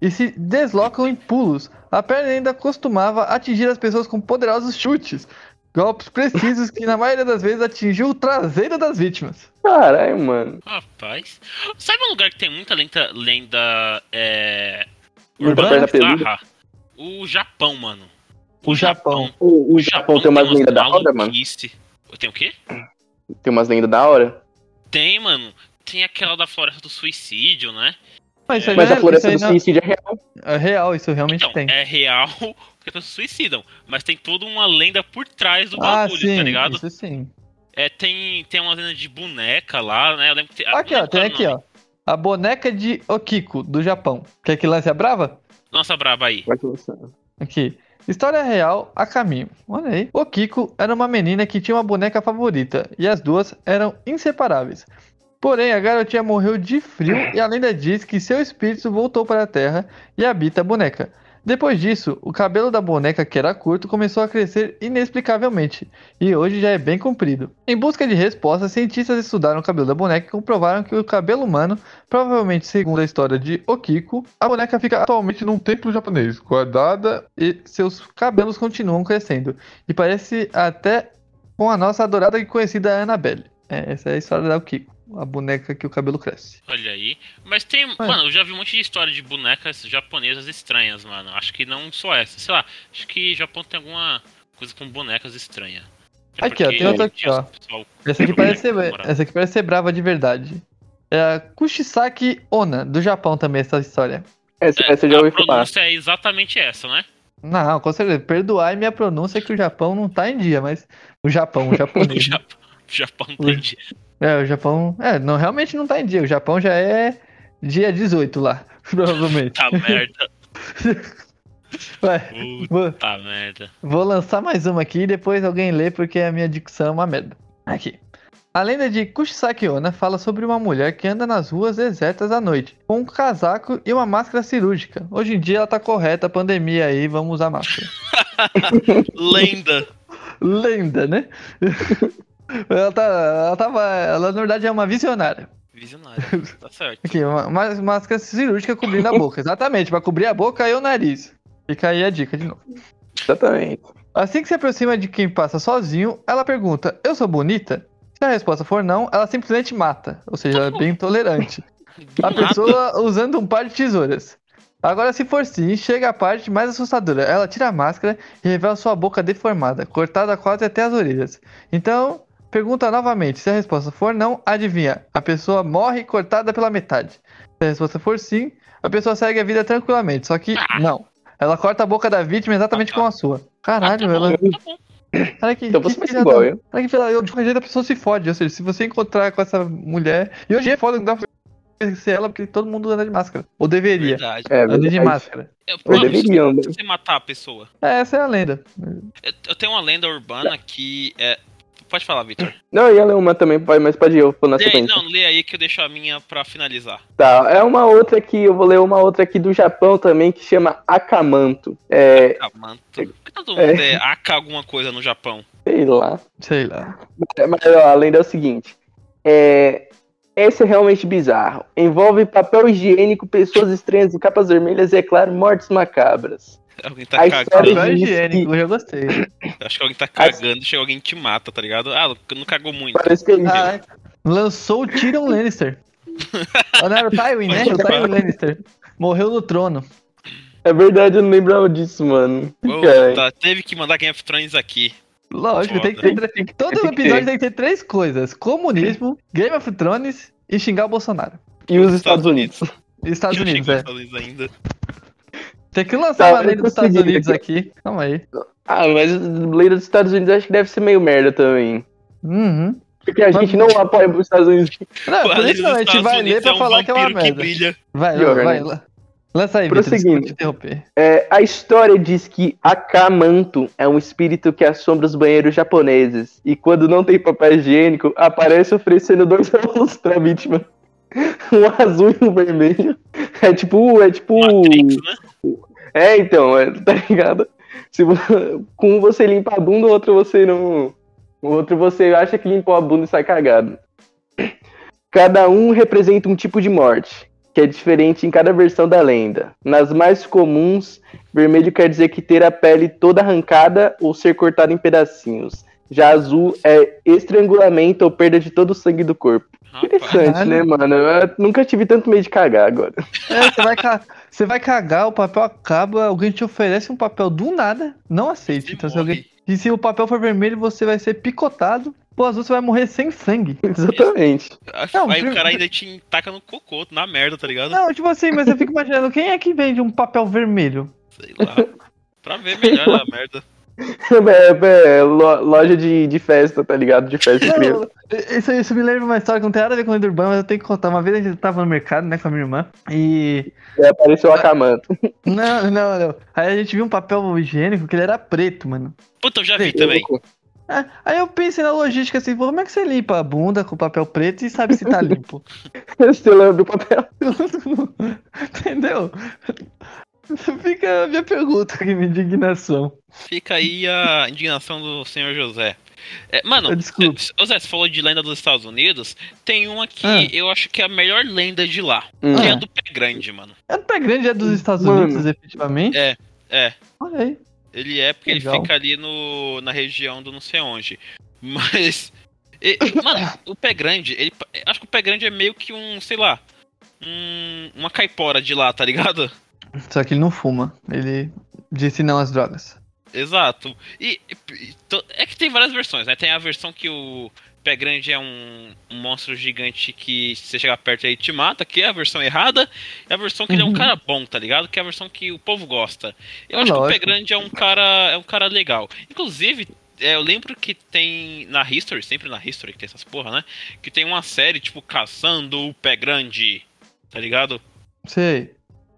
e se deslocam em pulos. A perna ainda costumava atingir as pessoas com poderosos chutes, golpes precisos que na maioria das vezes atingiu o traseiro das vítimas.
Caralho, mano.
Rapaz. Sabe um lugar que tem muita lenda, lenda é,
Urbana?
urbana
Perna peluda?
bizarra? O Japão, mano.
O Japão.
O, o Japão tem umas lendas da hora, mano.
maluquice. Tem o quê?
Tem umas lendas da hora.
Tem, mano. Tem aquela da floresta do suicídio, né?
Mas isso aí
Mas
não é-
a floresta do
isso aí
suicídio é real.
não- é real, isso realmente
Então,
tem.
é real que as pessoas se suicidam. Mas tem toda uma lenda por trás do
Ah,
bagulho,
sim,
tá ligado?
isso sim.
É, tem, tem uma lenda de boneca lá, né? Eu lembro que tem.
Aqui, ó, tem
Ah,
aqui,
não.
ó. A boneca de Okiko, do Japão. Quer que lance a brava?
Nossa, braba aí.
Vai começar.
Aqui. História real a caminho. Olha aí. O Kiko era uma menina que tinha uma boneca favorita e as duas eram inseparáveis. Porém, a garotinha morreu de frio e a lenda diz que seu espírito voltou para a Terra e habita a boneca. Depois disso, o cabelo da boneca, que era curto, começou a crescer inexplicavelmente e hoje já é bem comprido. Em busca de respostas, cientistas estudaram o cabelo da boneca e comprovaram que o cabelo humano Provavelmente, segundo a história de Okiko, a boneca fica atualmente num templo japonês, guardada e seus cabelos continuam crescendo. E parece até com a nossa adorada e conhecida Annabelle. É, essa é a história da Okiko, a boneca que o cabelo cresce.
Olha aí. Mas tem. Mano, eu já vi um monte de história de bonecas japonesas estranhas, mano. Acho que não só essa. Sei lá, acho que Japão tem alguma coisa com bonecas estranhas. É
Aqui, ó,
porque
tem outra aqui,
tinha
ó.
os pessoal-
Essa aqui parece ser, essa aqui parece ser brava de verdade. É a Kushisaki Ona, do Japão também, essa história.
Essa, essa eu é, já
tá
a
ouvi falar.
pronúncia é exatamente essa, né?
Não, com certeza. Perdoai minha pronúncia que o Japão não tá em dia, mas o Japão, o
O
japonês.
Japão, o Japão tem de-
É, o Japão. É, não, realmente não tá em dia. O Japão já é dia 18 lá, provavelmente.
Tá merda.
Vai, vou,
Puta merda.
vou lançar mais uma aqui e depois alguém lê porque a minha dicção é uma merda. Aqui. A lenda de Kushisaki Onna fala sobre uma mulher que anda nas ruas desertas à noite, com um casaco e uma máscara cirúrgica. Hoje em dia ela tá correta, pandemia aí, vamos usar máscara.
Lenda.
Lenda, né? ela, tá, ela tava. Ela na verdade é uma visionária.
Visionário. Tá certo.
Aqui, uma, uma máscara cirúrgica cobrindo a boca. Exatamente, pra cobrir a boca e o nariz. Fica aí a dica de novo.
Exatamente.
Assim que se aproxima de quem passa sozinho, ela pergunta: Eu sou bonita? Se a resposta for não, ela simplesmente mata. Ou seja, ela é bem intolerante.
Do
A
nada.
pessoa usando um par de tesouras. Agora, se for sim, chega a parte mais assustadora. Ela tira a máscara e revela sua boca deformada, cortada quase até as orelhas. Então, pergunta novamente. Se a resposta for não, adivinha. A pessoa morre cortada pela metade. Se a resposta for sim, a pessoa segue a vida tranquilamente. Só que, não. Ela corta a boca da vítima exatamente como a sua.
Ah, tá
Caralho,
bom,
ela.
tá bom.
Cara, que,
Então
que
você vai ser
filha
igual,
da-
eu.
Cara, que filha- eu, de qualquer jeito a pessoa se fode. Ou seja, se você encontrar com essa mulher. E hoje é foda que dá pra ser ela, porque todo mundo anda de máscara. Ou deveria.
Verdade.
É,
Anda de
verdade.
máscara.
Eu,
Ou
não,
deveriam, né?
se você matar a pessoa.
É, essa é a lenda.
Eu, eu tenho uma lenda urbana que é. Pode falar, Victor.
Não, eu ia ler uma também, pai, mas pode ir, eu vou na
Lê aí,
sequência.
não, lê aí que eu deixo a minha pra finalizar.
Tá, é uma outra aqui, eu vou ler uma outra aqui do Japão também, que chama Akamanto. É,
Ah, mano. Por que todo mundo é AK alguma coisa no Japão?
sei lá.
Sei lá.
É, Mas ó, a lenda é o seguinte. É, esse é realmente bizarro. Envolve papel higiênico, pessoas estranhas em capas vermelhas e, é claro, mortes macabras.
Alguém tá
Ai,
cagando.
sério?
Papel
disse
higiênico, eu já gostei.
Acho que alguém tá cagando, chega alguém e te mata, tá ligado? Ah, não cagou muito.
Parece que é isso.
Ah, lançou o Tyrion Lannister. Ah, não, era o Tywin, né? O Tywin Lannister. Morreu no trono.
É verdade, eu não lembrava disso, mano.
Pô,
É.
tá, teve que mandar Game of Thrones aqui.
Lógico, tem que ter.
Foda.
tre- Todo
Tem que
episódio
ter.
tem que ter três coisas: comunismo, Game of Thrones e xingar o Bolsonaro.
E os Estados Unidos.
E Estados
Eu
Unidos,
cheguei
é.
nos Estados Unidos ainda.
Tem que lançar
Tá,
uma lei
eu
dos Estados
consegui
Unidos aqui. Calma aí.
Ah, mas a lei dos Estados Unidos acho que deve ser meio merda também.
Uhum.
Porque a
Mas-
gente não apoia os Estados Unidos.
Não,
Pô,
É, por
além
isso
dos
não, a gente
Estados
vai ler
Unidos,
pra
é um
falar que é uma
vampiro
merda.
brilha.
Vai,
Pior,
vai,
né?
lá. Lança aí, Vitor, desculpa
Prosseguindo.
te interromper.
É, a história diz que Akamanto é um espírito que assombra os banheiros japoneses. E quando não tem papel higiênico, aparece oferecendo dois rolos pra vítima. Um azul e um vermelho. É tipo... É tipo...
Matrix, né?
É, então, é, tá ligado? Se vo- com um você limpa a bunda, o outro você não. O outro você acha que limpou a bunda e sai cagado. Cada um representa um tipo de morte, que é diferente em cada versão da lenda. Nas mais comuns, vermelho quer dizer que ter a pele toda arrancada ou ser cortado em pedacinhos. Já azul é estrangulamento ou perda de todo o sangue do corpo.
Rapaz,
Interessante,
Caralho.
né, mano? Eu nunca tive tanto medo de cagar agora.
É, você vai, ca- você vai cagar, o papel acaba, alguém te oferece um papel do nada, não aceite.
Você
Então, se
morre.
alguém... E se o papel for vermelho, você vai ser picotado, pô, azul você vai morrer sem sangue.
Exatamente.
Não,
Ah, aí o
prim-
cara ainda te taca no cocô, na merda, tá ligado?
Não, tipo assim, mas eu fico imaginando, quem é que vende um papel vermelho?
Sei lá. Pra ver melhor a merda.
É, é, lo- loja de, de festa, tá ligado? De festa de criança.
Não, isso, isso me lembra uma história que não tem nada a ver com o Lenda Urbana, mas eu tenho que contar. Uma vez a gente tava no mercado, né, com a minha irmã, e
E apareceu o Akamanto.
Não, não, não. Aí a gente viu um papel higiênico que ele era preto, mano.
Puta, eu já vi também.
Ah, Aí eu pensei na logística assim, pô, como é que você limpa a bunda com papel preto e sabe se tá limpo?
Você lembra do papel?
Entendeu? Fica a minha pergunta aqui, minha indignação.
Fica aí a indignação do senhor José. É, mano,
Eu desculpo.
cê- José, você falou de lenda dos Estados Unidos. Tem uma que
Ah.
eu acho que é a melhor lenda de lá.
Hum.
Que é a
Ah.
do pé grande, mano.
É do pé grande, é dos Estados
Mano.
Unidos, efetivamente?
É, é.
Olha aí.
Ele é porque
Legal.
ele fica ali no, na região do não sei onde. Mas. e- mano, o pé grande, ele, pa- acho que o pé grande é meio que um, sei lá. Um, uma caipora de lá, tá ligado?
Só que ele não fuma. Ele disse não às drogas.
Exato. E, e- e to- é que tem várias versões, né? Tem a versão que o Pé Grande é um, um monstro gigante que se você chegar perto ele te mata, que é a versão errada. E a versão que ele é um
Uhum.
cara bom, tá ligado? Que é a versão que o povo gosta. Eu
É
acho que o
lógico.
Pé Grande é um cara, é um cara legal. Inclusive, é, eu lembro que tem na History, sempre na History que tem essas porra, né? Que tem uma série tipo Caçando o Pé Grande, tá ligado?
Sei.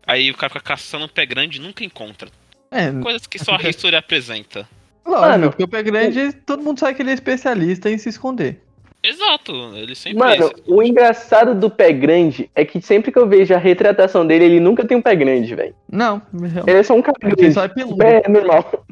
Aí o cara fica caçando o pé grande e nunca encontra.
É,
Coisas que só a History apresenta.
lógico,
Mano.
porque o pé grande, todo mundo sabe que ele é especialista em se esconder.
Exato, ele sempre
Mano,
esse.
o engraçado do pé grande é que sempre que eu vejo a retratação dele, ele nunca tem um pé grande, velho.
Não, realmente.
Ele é só um cara
Ele
grande.
só é
O
peludo.
pé é normal.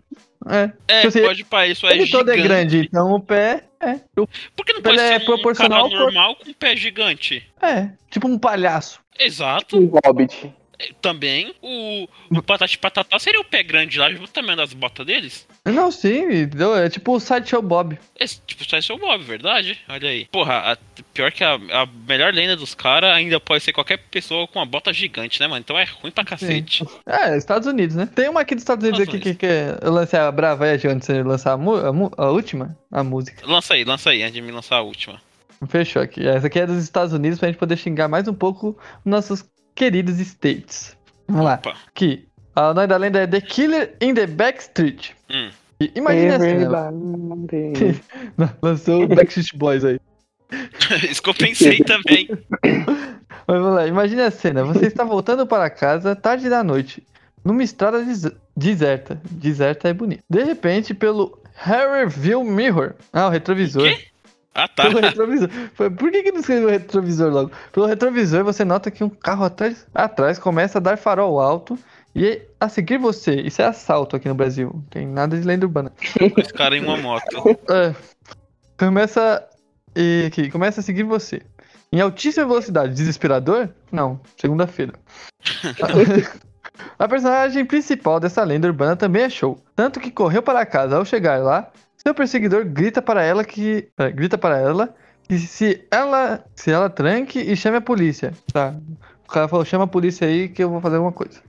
É.
É,
tipo assim,
pode pá, isso é
Ele todo é
gigante.
grande, então o pé é. o-
Por que não
Ele
pode
é
ser um
proporcional ao
cara
corpo.
normal com um pé gigante?
É. Tipo um palhaço.
Exato.
Um hobbit.
É, Também o, o Patati Patatá seria o pé grande lá, junto também das botas deles?
Não, sim, entendeu? É tipo o Sideshow Bob.
Esse, tipo, só esse é o Bob, verdade? Olha aí. Porra, a- pior que a, a melhor lenda dos caras ainda pode ser qualquer pessoa com uma bota gigante, né, mano? Então é ruim pra cacete.
É, Estados Unidos, né? Tem uma aqui dos Estados Unidos
Estados
aqui que quer lançar a brava aí, antes de lançar a, mu- a mu- a última, a música.
Lança aí, lança aí, antes de me lançar a última.
Fechou aqui. Essa aqui é dos Estados Unidos pra gente poder xingar mais um pouco nossos queridos States. Vamos lá.
Opa.
Aqui. O nome da lenda é The Killer in the Backstreet.
Hum.
E imagina essa, né?
Everybody.
Lançou o Backstreet Boys aí.
Isso que eu pensei também.
Mas vamos lá, imagine a cena. Você está voltando para casa tarde da noite, numa estrada des- deserta. Deserta é bonito. De repente, pelo Rearview Mirror. Ah, o retrovisor.
Quê? Ah, tá.
Pelo retrovisor. Foi- Por que, que não escreveu retrovisor logo? Pelo retrovisor, você nota que um carro atrás, atrás começa a dar farol alto e a seguir você. Isso é assalto aqui no Brasil. Não tem nada de lenda urbana.
Os caras em uma moto.
É. Começa. E aqui, começa a seguir você. Em altíssima velocidade, desesperador? Não, segunda-feira. a personagem principal dessa lenda urbana também achou. Tanto que correu para casa. Ao chegar lá, seu perseguidor grita para ela que. é, grita para ela que se ela. Se ela tranque e chame a polícia. Tá. O cara falou, chama a polícia aí que eu vou fazer alguma coisa.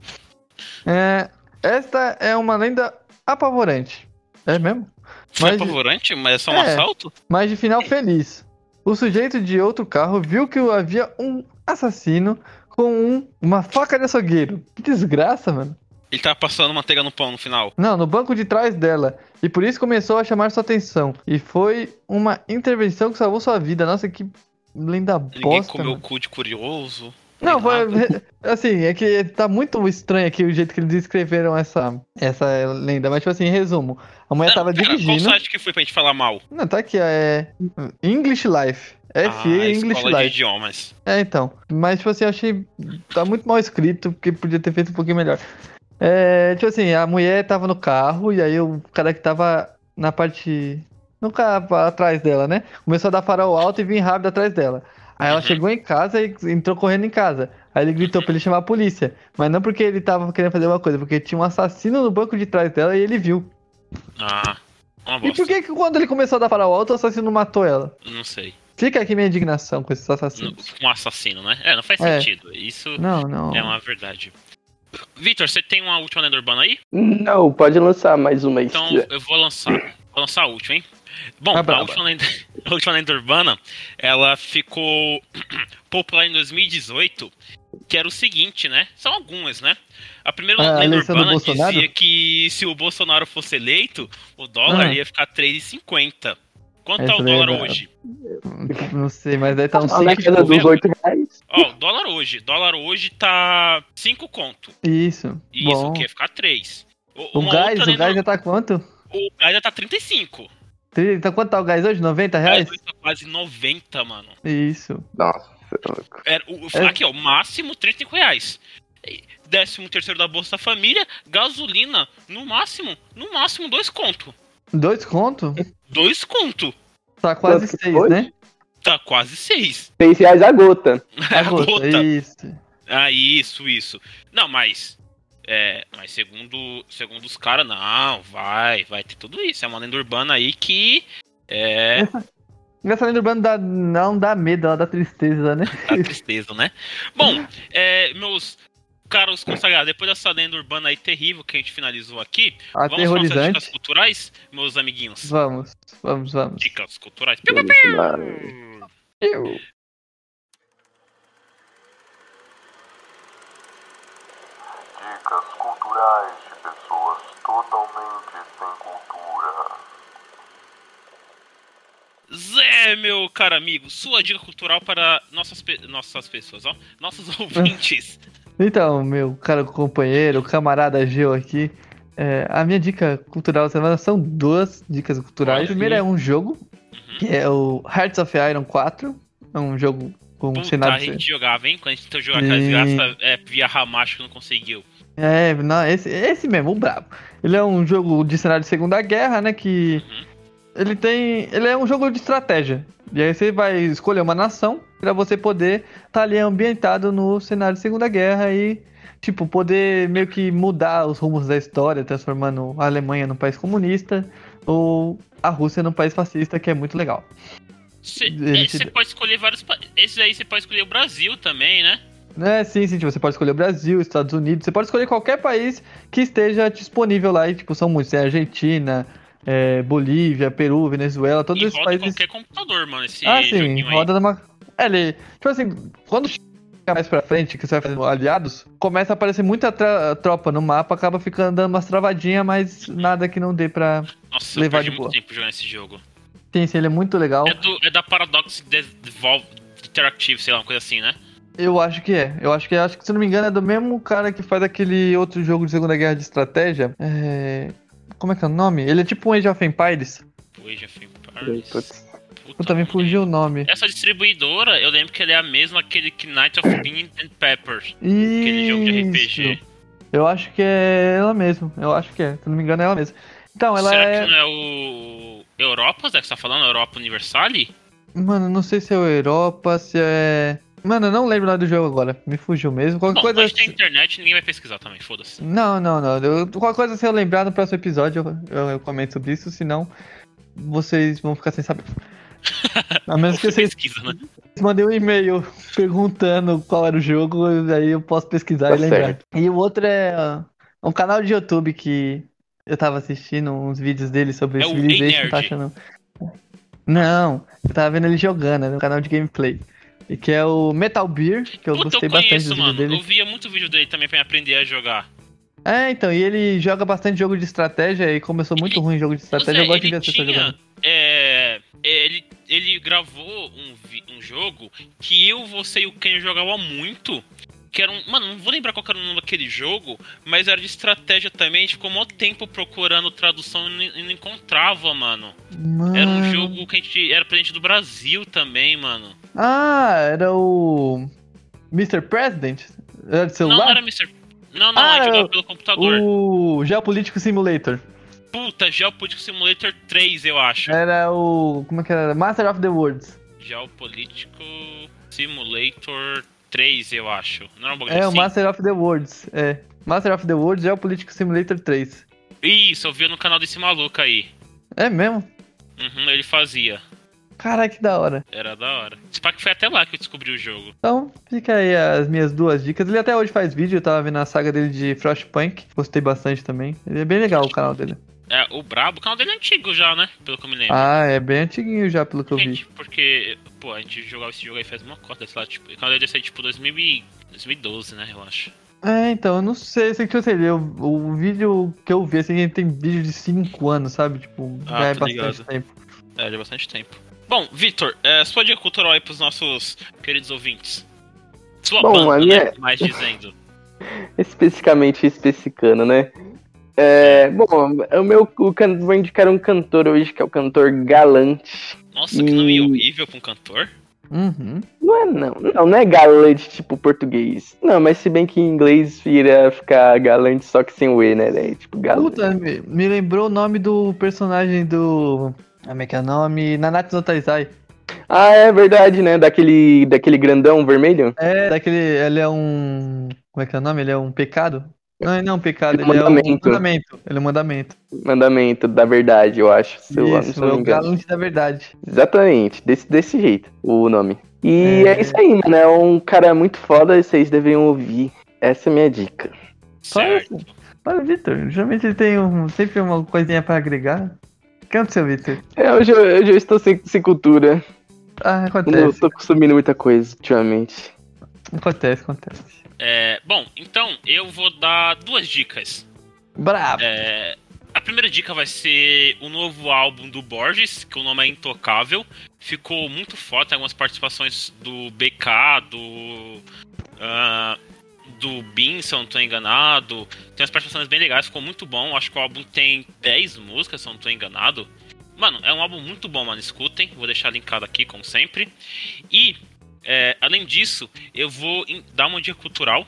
É, esta é uma lenda apavorante. É mesmo?
Não é
Mas-
apavorante, mas é só um
É.
assalto?
mas de final feliz. O sujeito de outro carro viu que havia um assassino com um- uma faca de açougueiro. Que desgraça, mano.
Ele tava passando manteiga no pão no final.
Não, no banco de trás dela. E por isso começou a chamar sua atenção. E foi uma intervenção que salvou sua vida. Nossa, que lenda
Ninguém
bosta.
comeu
mano.
o cu de curioso.
Não, foi,
nada.
assim, é que tá muito estranho aqui o jeito que eles descreveram essa, essa lenda. Mas, tipo assim, em resumo. A mulher
Não,
tava
pera,
dirigindo.
Qual site que foi pra gente falar mal?
Não, tá aqui, é. English Life. FE
ah,
English
escola de
Life.
idiomas.
É, então. Mas, tipo assim, eu achei. Tá muito mal escrito, porque podia ter feito um pouquinho melhor. É, tipo assim, a mulher tava no carro, e aí o cara que tava na parte. No carro atrás dela, né? Começou a dar farol alto e vir rápido atrás dela. Aí ela
Uhum.
chegou em casa e entrou correndo em casa. Aí ele gritou pra ele chamar a polícia. Mas não porque ele tava querendo fazer uma coisa, porque tinha um assassino no banco de trás dela e ele viu.
Ah, uma
E
bosta.
por que, que quando ele começou a dar farol alto, o assassino matou ela?
Não sei.
Fica aqui minha indignação com esses
Não-
assassinos.
Um assassino, né? É, não faz
É.
sentido. Isso
Não, não.
é uma verdade. Vitor, você tem uma última lenda urbana aí?
Não, pode lançar mais uma aí. se
Então
quiser.
eu vou lançar. Vou lançar a última, hein? Bom,
Tá
a,
braba.
última lenda, a última lenda urbana, ela ficou popular em 2018, que era o seguinte, né? São algumas, né? A primeira
Ah, a
lenda
eleição do
urbana
Bolsonaro?
dizia que se o Bolsonaro fosse eleito, o dólar
Ah.
ia ficar 3,50. Quanto
Essa
tá o
daí é
dólar
braba.
hoje?
Não sei, mas daí tá um
a década
tipo,
dos
mesmo.
8 reais.
Ó, o dólar hoje, dólar hoje tá 5 conto.
Isso.
E isso
Bom.
que é ia ficar 3.
O gás, o gás já tá quanto?
o gás já tá 35.
Tri- Tá quanto tá o gás hoje? 90
Gás
reais?
hoje tá quase 90, mano.
Isso.
Nossa, louco.
Era o,
É.
Aqui, ó, máximo 35 reais. E Décimo terceiro da Bolsa Família, gasolina, no máximo, no máximo, dois conto.
Dois conto?
Dois conto.
Tá quase
Quanto que
seis,
foi?
né?
Tá quase seis.
6 reais a gota.
É a
Gota,
gota.
Isso.
Ah, isso, isso. Não, mas. É, mas segundo, segundo os caras, não, vai, vai ter tudo isso. É uma lenda urbana aí que. É.
Engraçado, lenda urbana dá, não dá medo, ela dá tristeza, né?
Tá tristeza, né? Bom, é, meus caros consagrados, depois dessa lenda urbana aí terrível que a gente finalizou aqui, Vamos para nossas dicas
Aterrorizante.
culturais, meus amiguinhos?
Vamos, vamos, vamos.
Dicas culturais.
Dicas culturais de pessoas totalmente sem cultura.
Zé, meu caro amigo, sua dica cultural para nossas, pe- nossas pessoas, ó. Nossos ouvintes.
Então, meu caro companheiro, camarada Gil aqui, é, a minha dica cultural da semana são duas dicas culturais.
Olha
a primeira
aí.
é um jogo,
Uhum.
que é o Hearts of Iron 4. É um jogo com
Puta, a
cenário...
gente jogava, hein? Quando a gente tentou jogar aquela
Sim.
desgraça é, via Ramacho que não conseguiu.
É, não, esse, esse mesmo, o brabo. Ele é um jogo de cenário de Segunda Guerra, né? Que ele tem, ele é um jogo de estratégia. E aí você vai escolher uma nação pra você poder estar ali ambientado no cenário de Segunda Guerra e tipo poder meio que mudar os rumos da história, transformando a Alemanha num país comunista ou a Rússia num país fascista, que é muito legal.
Você
Gente,
você é, pode escolher vários. pa- Esses aí você pode escolher o Brasil também, né?
É, sim, sim, tipo, você pode escolher o Brasil, Estados Unidos, você pode escolher qualquer país que esteja disponível lá, e tipo, são muitos, é Argentina, é, Bolívia, Peru, Venezuela, todos
e
esses
roda em
países.
qualquer computador, mano. Esse
Ah, sim,
joguinho aí.
roda numa. É, ele. Tipo assim, quando mais pra frente, que você vai fazer aliados, começa a aparecer muita tra- tropa no mapa, acaba ficando dando umas travadinhas, mas nada que não dê pra.
Nossa,
Levar
eu perdi
de
muito
boa.
tempo jogando esse jogo.
Sim, sim, ele é muito legal.
É, do- é da Paradox Devolve Interactive, sei lá, uma coisa assim, né?
Eu acho que é. Eu acho que é. Acho que, se não me engano, é do mesmo cara que faz aquele outro jogo de Segunda Guerra de Estratégia. É... Como é que é o nome? Ele é tipo um Age of Empires.
Pois já fui pra
Putz.
Eu também fugiu o nome.
Essa distribuidora, eu lembro que ele é a mesma aquele que Night of Bean and Peppers, aquele jogo de RPG.
Eu acho que é ela mesmo. Eu acho que é. Se não me engano, é ela mesma. Então, ela
Será
é.
que não é o Europa, Zé, que você tá falando? Europa Universale?
Mano, não sei se é o Europa, se é. Mano, eu não lembro lá do jogo agora. Me fugiu mesmo. Qualquer
Bom,
coisa.
hoje tem internet, ninguém vai pesquisar também, foda-se.
Não, não, não. Eu- qualquer coisa, se eu lembrar no próximo episódio, eu, eu, eu comento sobre isso, senão vocês vão ficar sem saber. A menos
Ou
que
você
vocês
pesquisa, né?
mandem um e-mail perguntando qual era o jogo, aí eu posso pesquisar
Tá
e lembrar.
certo.
E o outro é ah, um canal de YouTube que eu tava assistindo uns vídeos dele sobre
É
esse
o
vídeo
Ei
dele, não tá
Nerd.
achando. Não, eu tava vendo ele jogando, é um canal de gameplay. E que é o Metal Beer, que eu
Puta,
gostei
eu
bastante
conheço,
dos
mano.
vídeos dele.
Eu via muito vídeo dele também pra me aprender a jogar.
É, então, e ele joga bastante jogo de estratégia e começou muito ruim em jogo de estratégia, eu
Zé,
gosto de
ele
ver as pessoas jogando.
tinha, é, ele, ele gravou um, vi- um jogo que eu, você e o Ken jogavam muito. Que era um. Mano, não vou lembrar qual que era o nome daquele jogo, mas era de estratégia também. A gente ficou mó tempo procurando tradução e não, e não encontrava, mano.
Mano.
Era um jogo que a gente. Era presente do Brasil também, mano.
Ah, era o. Mr. President? Era de
Não,
celular?
não era Mr. Não, não,
Então Ah,
a gente
era
jogava pelo computador.
O Geopolitical Simulator.
Puta, Geopolitical Simulator 3, eu acho.
Era o. Como é que era? Master of the Worlds.
Geopolitico Simulator 3, eu acho. Não era um bagulho
É, o
assim?
Master of the Worlds. É. Master of the Worlds Geopolitical Simulator 3.
Isso, eu vi no canal desse maluco aí.
É mesmo?
Uhum, ele fazia.
Caraca, que da hora.
Era da hora. Esse pack foi até lá que eu descobri o jogo.
Então, fica aí as minhas duas dicas. Ele até hoje faz vídeo, eu tava vendo a saga dele de Frostpunk. Gostei bastante também. Ele é bem legal o canal dele.
É, o Brabo, o canal dele é antigo já, né? Pelo que eu me lembro.
Ah, é bem antiguinho já, pelo que eu vi.
Gente, porque, pô, a gente jogava esse jogo aí faz uma cota, sei lá, tipo, o canal dele deve ser tipo 2000 e- 2012, né, eu acho.
É, então, eu não sei, sei que eu sei, eu- o vídeo que eu vi, assim, ele tem vídeo de 5 anos, sabe? Tipo,
Ah,
já é
tô
bastante
ligado.
tempo.
É, já é bastante tempo. Bom, Vitor, é, sua dica cultural aí pros nossos queridos ouvintes. Sua
Bom,
banda,
a
né?
minha-
Mais dizendo.
Especificamente especificando, né? É, bom, o meu o can- vou indicar um cantor hoje, que é o cantor Galante.
Nossa, que nome
Hum.
horrível pra um cantor.
Uhum.
Não é não, não, não é galante tipo português. Não, mas se bem que em inglês vira ficar galante só que sem o E, né? né? Tipo, galante.
Puta, me, me lembrou o nome do personagem do... Como é que é o nome? Nanatsu no Taizai.
Ah, é verdade, né? Daquele, daquele grandão vermelho.
É, daquele, ele é um... Como é que é o nome? Ele é um pecado? Não, ele não é um pecado, ele é um
Mandamento.
mandamento. Ele é um mandamento.
Mandamento da verdade, eu acho. se eu- se
Isso,
eu
é
não
o
me engano.
galante da verdade.
Exatamente, desse, desse jeito o nome. E
É.
é. isso aí, mano. É um cara muito foda e vocês devem ouvir. Essa é a minha dica.
Certo.
Olha, Vitor, geralmente ele tem um, sempre uma coisinha pra agregar. O que aconteceu, Vitor?
É, hoje eu, hoje eu estou sem, sem cultura.
Ah,
Eu não
acontece,
estou consumindo muita coisa ultimamente.
acontece, acontece.
É, bom, então eu vou dar duas dicas.
Brabo.
É, a primeira dica vai ser o novo álbum do Borges, que o nome é Intocável. Ficou muito foda, tem algumas participações do BK, do. ah, do Bin, se eu não tô enganado. Tem umas participações bem legais, ficou muito bom. Acho que o álbum tem 10 músicas, se eu não tô enganado. Mano, é um álbum muito bom, mano. Escutem, vou deixar linkado aqui, como sempre. E, é, além disso, eu vou em- dar uma dica cultural,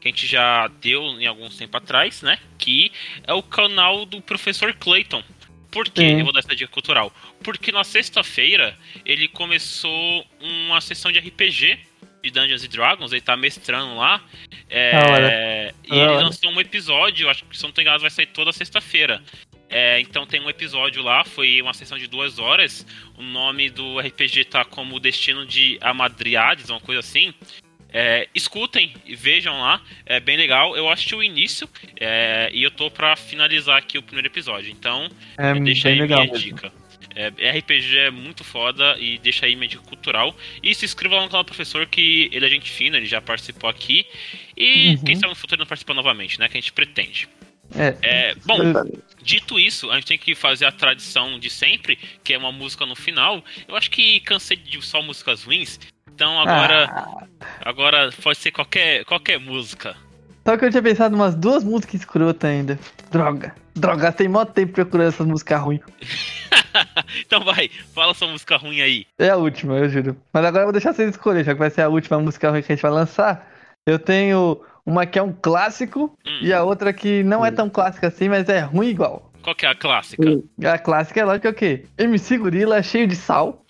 que a gente já deu em alguns tempo atrás, né? Que é o canal do professor Clayton. Por que
Sim.
eu vou dar essa dica cultural? Porque na sexta-feira ele começou uma sessão de RPG de Dungeons and Dragons, ele tá mestrando lá. É,
Da hora.
E
Da
ele
hora.
lançou um episódio, acho que se eu não tô enganado, vai sair toda sexta-feira. É, então tem um episódio lá, foi uma sessão de duas horas. O nome do RPG tá como o Destino de Amadriades, uma coisa assim. É, escutem e vejam lá, é bem legal. Eu assisti o início é, e eu tô pra finalizar aqui o primeiro episódio, então
É
eu deixo aí
bem legal
minha
mesmo.
dica. É, RPG é muito foda e deixa aí meio cultural. E se inscreva lá no canal do professor, que ele é gente fina, ele já participou aqui. E
Uhum.
quem sabe no futuro não participar novamente, né? Que a gente pretende.
É.
É, bom, Dito isso, a gente tem que fazer a tradição de sempre, que é uma música no final. Eu acho que cansei de só músicas ruins,
Ah,
então agora, agora pode ser qualquer, qualquer música.
Só que eu tinha pensado em umas duas músicas escrotas ainda. Droga. Droga, tem mó tempo procurando essas músicas ruins.
então vai, fala sua música ruim aí.
É a última, eu juro. Mas agora eu vou deixar vocês escolherem, já que vai ser a última música ruim que a gente vai lançar. Eu tenho uma que é um clássico
Hum,
e a outra que não é tão clássica assim, mas é ruim igual.
Qual que é a clássica?
Hum.
A clássica é lógico que é o quê? MC Gorila cheio de sal.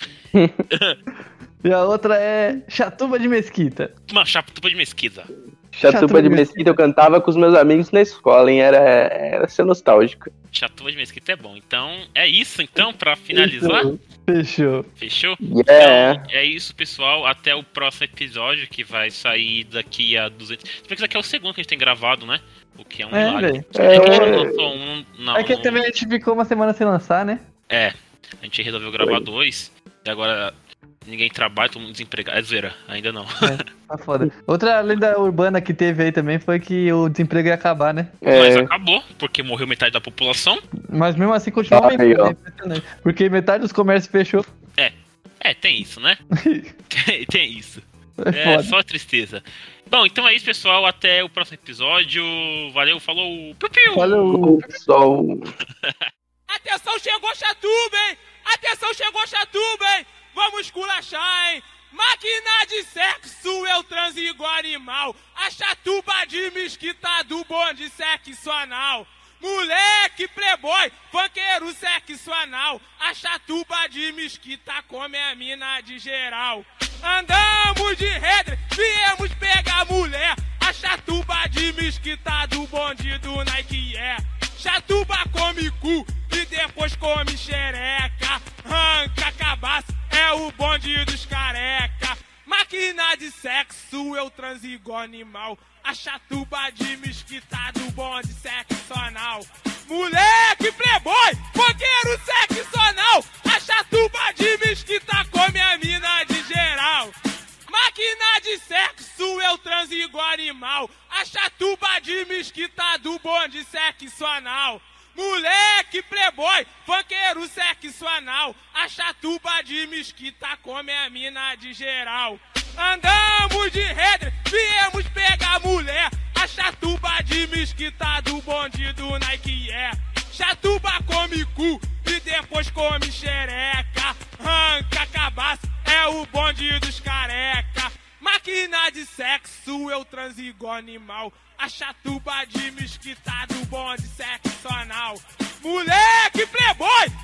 e a outra é Chatuba de Mesquita.
Uma chapatuba de mesquita.
Chatuba de Mesquita eu cantava com os meus amigos na escola, hein? Era, era ser nostálgico.
Chatuba de mesquita é bom. Então é isso então pra finalizar.
Fechou.
Fechou?
Yeah.
É isso, pessoal. Até o próximo episódio que vai sair daqui a 200. Se bem que isso aqui é o segundo que a gente tem gravado, né? O que é um
É,
milagre.
velho.
É que a gente
É.
lançou um. Não,
É que
não-
também a gente ficou uma semana sem lançar, né?
a gente resolveu gravar dois. E agora ninguém trabalha, todo mundo desempregado. É zoeira, ainda não.
Tá foda. Outra lenda urbana que teve aí também foi que o desemprego ia acabar, né?
Mas
É,
acabou, porque morreu metade da população.
Mas mesmo assim continua
Tá Aí,
aumentando,
ó.
é impressionante. Porque metade dos comércios fechou.
É, tem isso, né? tem, tem isso.
É
É
foda.
só tristeza. Bom, então é isso, pessoal. Até o próximo episódio. Valeu, falou. Piu, piu.
Falou.
o sol.
Atenção, chegou Chatuba, hein? Atenção, chegou Chatuba, hein? Vamos culachar, hein? Máquina de sexo, eu transo igual animal. A chatuba de mesquita do bonde sexo anal. Moleque, playboy, funkeiro sexo anal. A chatuba de mesquita come a mina de geral. Andamos de redre, viemos pegar mulher. A chatuba de mesquita do bonde do Nike é. Chatuba come cu e depois come xereca. Ranca cabaço é o bonde dos careca. Máquina de sexo, eu transo igual animal. A chatuba de mesquita do bonde sexo anal. Moleque playboy, fogueiro sexo anal. A chatuba de mesquita come a mina de geral. Máquina de sexo, eu transo igual animal. A chatuba de mesquita do bonde sexo anal. Moleque, playboy, funkeiro sexo anal. A chatuba de mesquita come a mina de geral. Andamos de redre, viemos pegar mulher. A chatuba de mesquita do bonde do Nike é. Chatuba come cu e depois come xereca. Ranca cabaço é o bonde dos careca. Máquina de sexo, eu transo igual animal. A chatuba de mesquita do bonde sexo anal. Moleque playboy,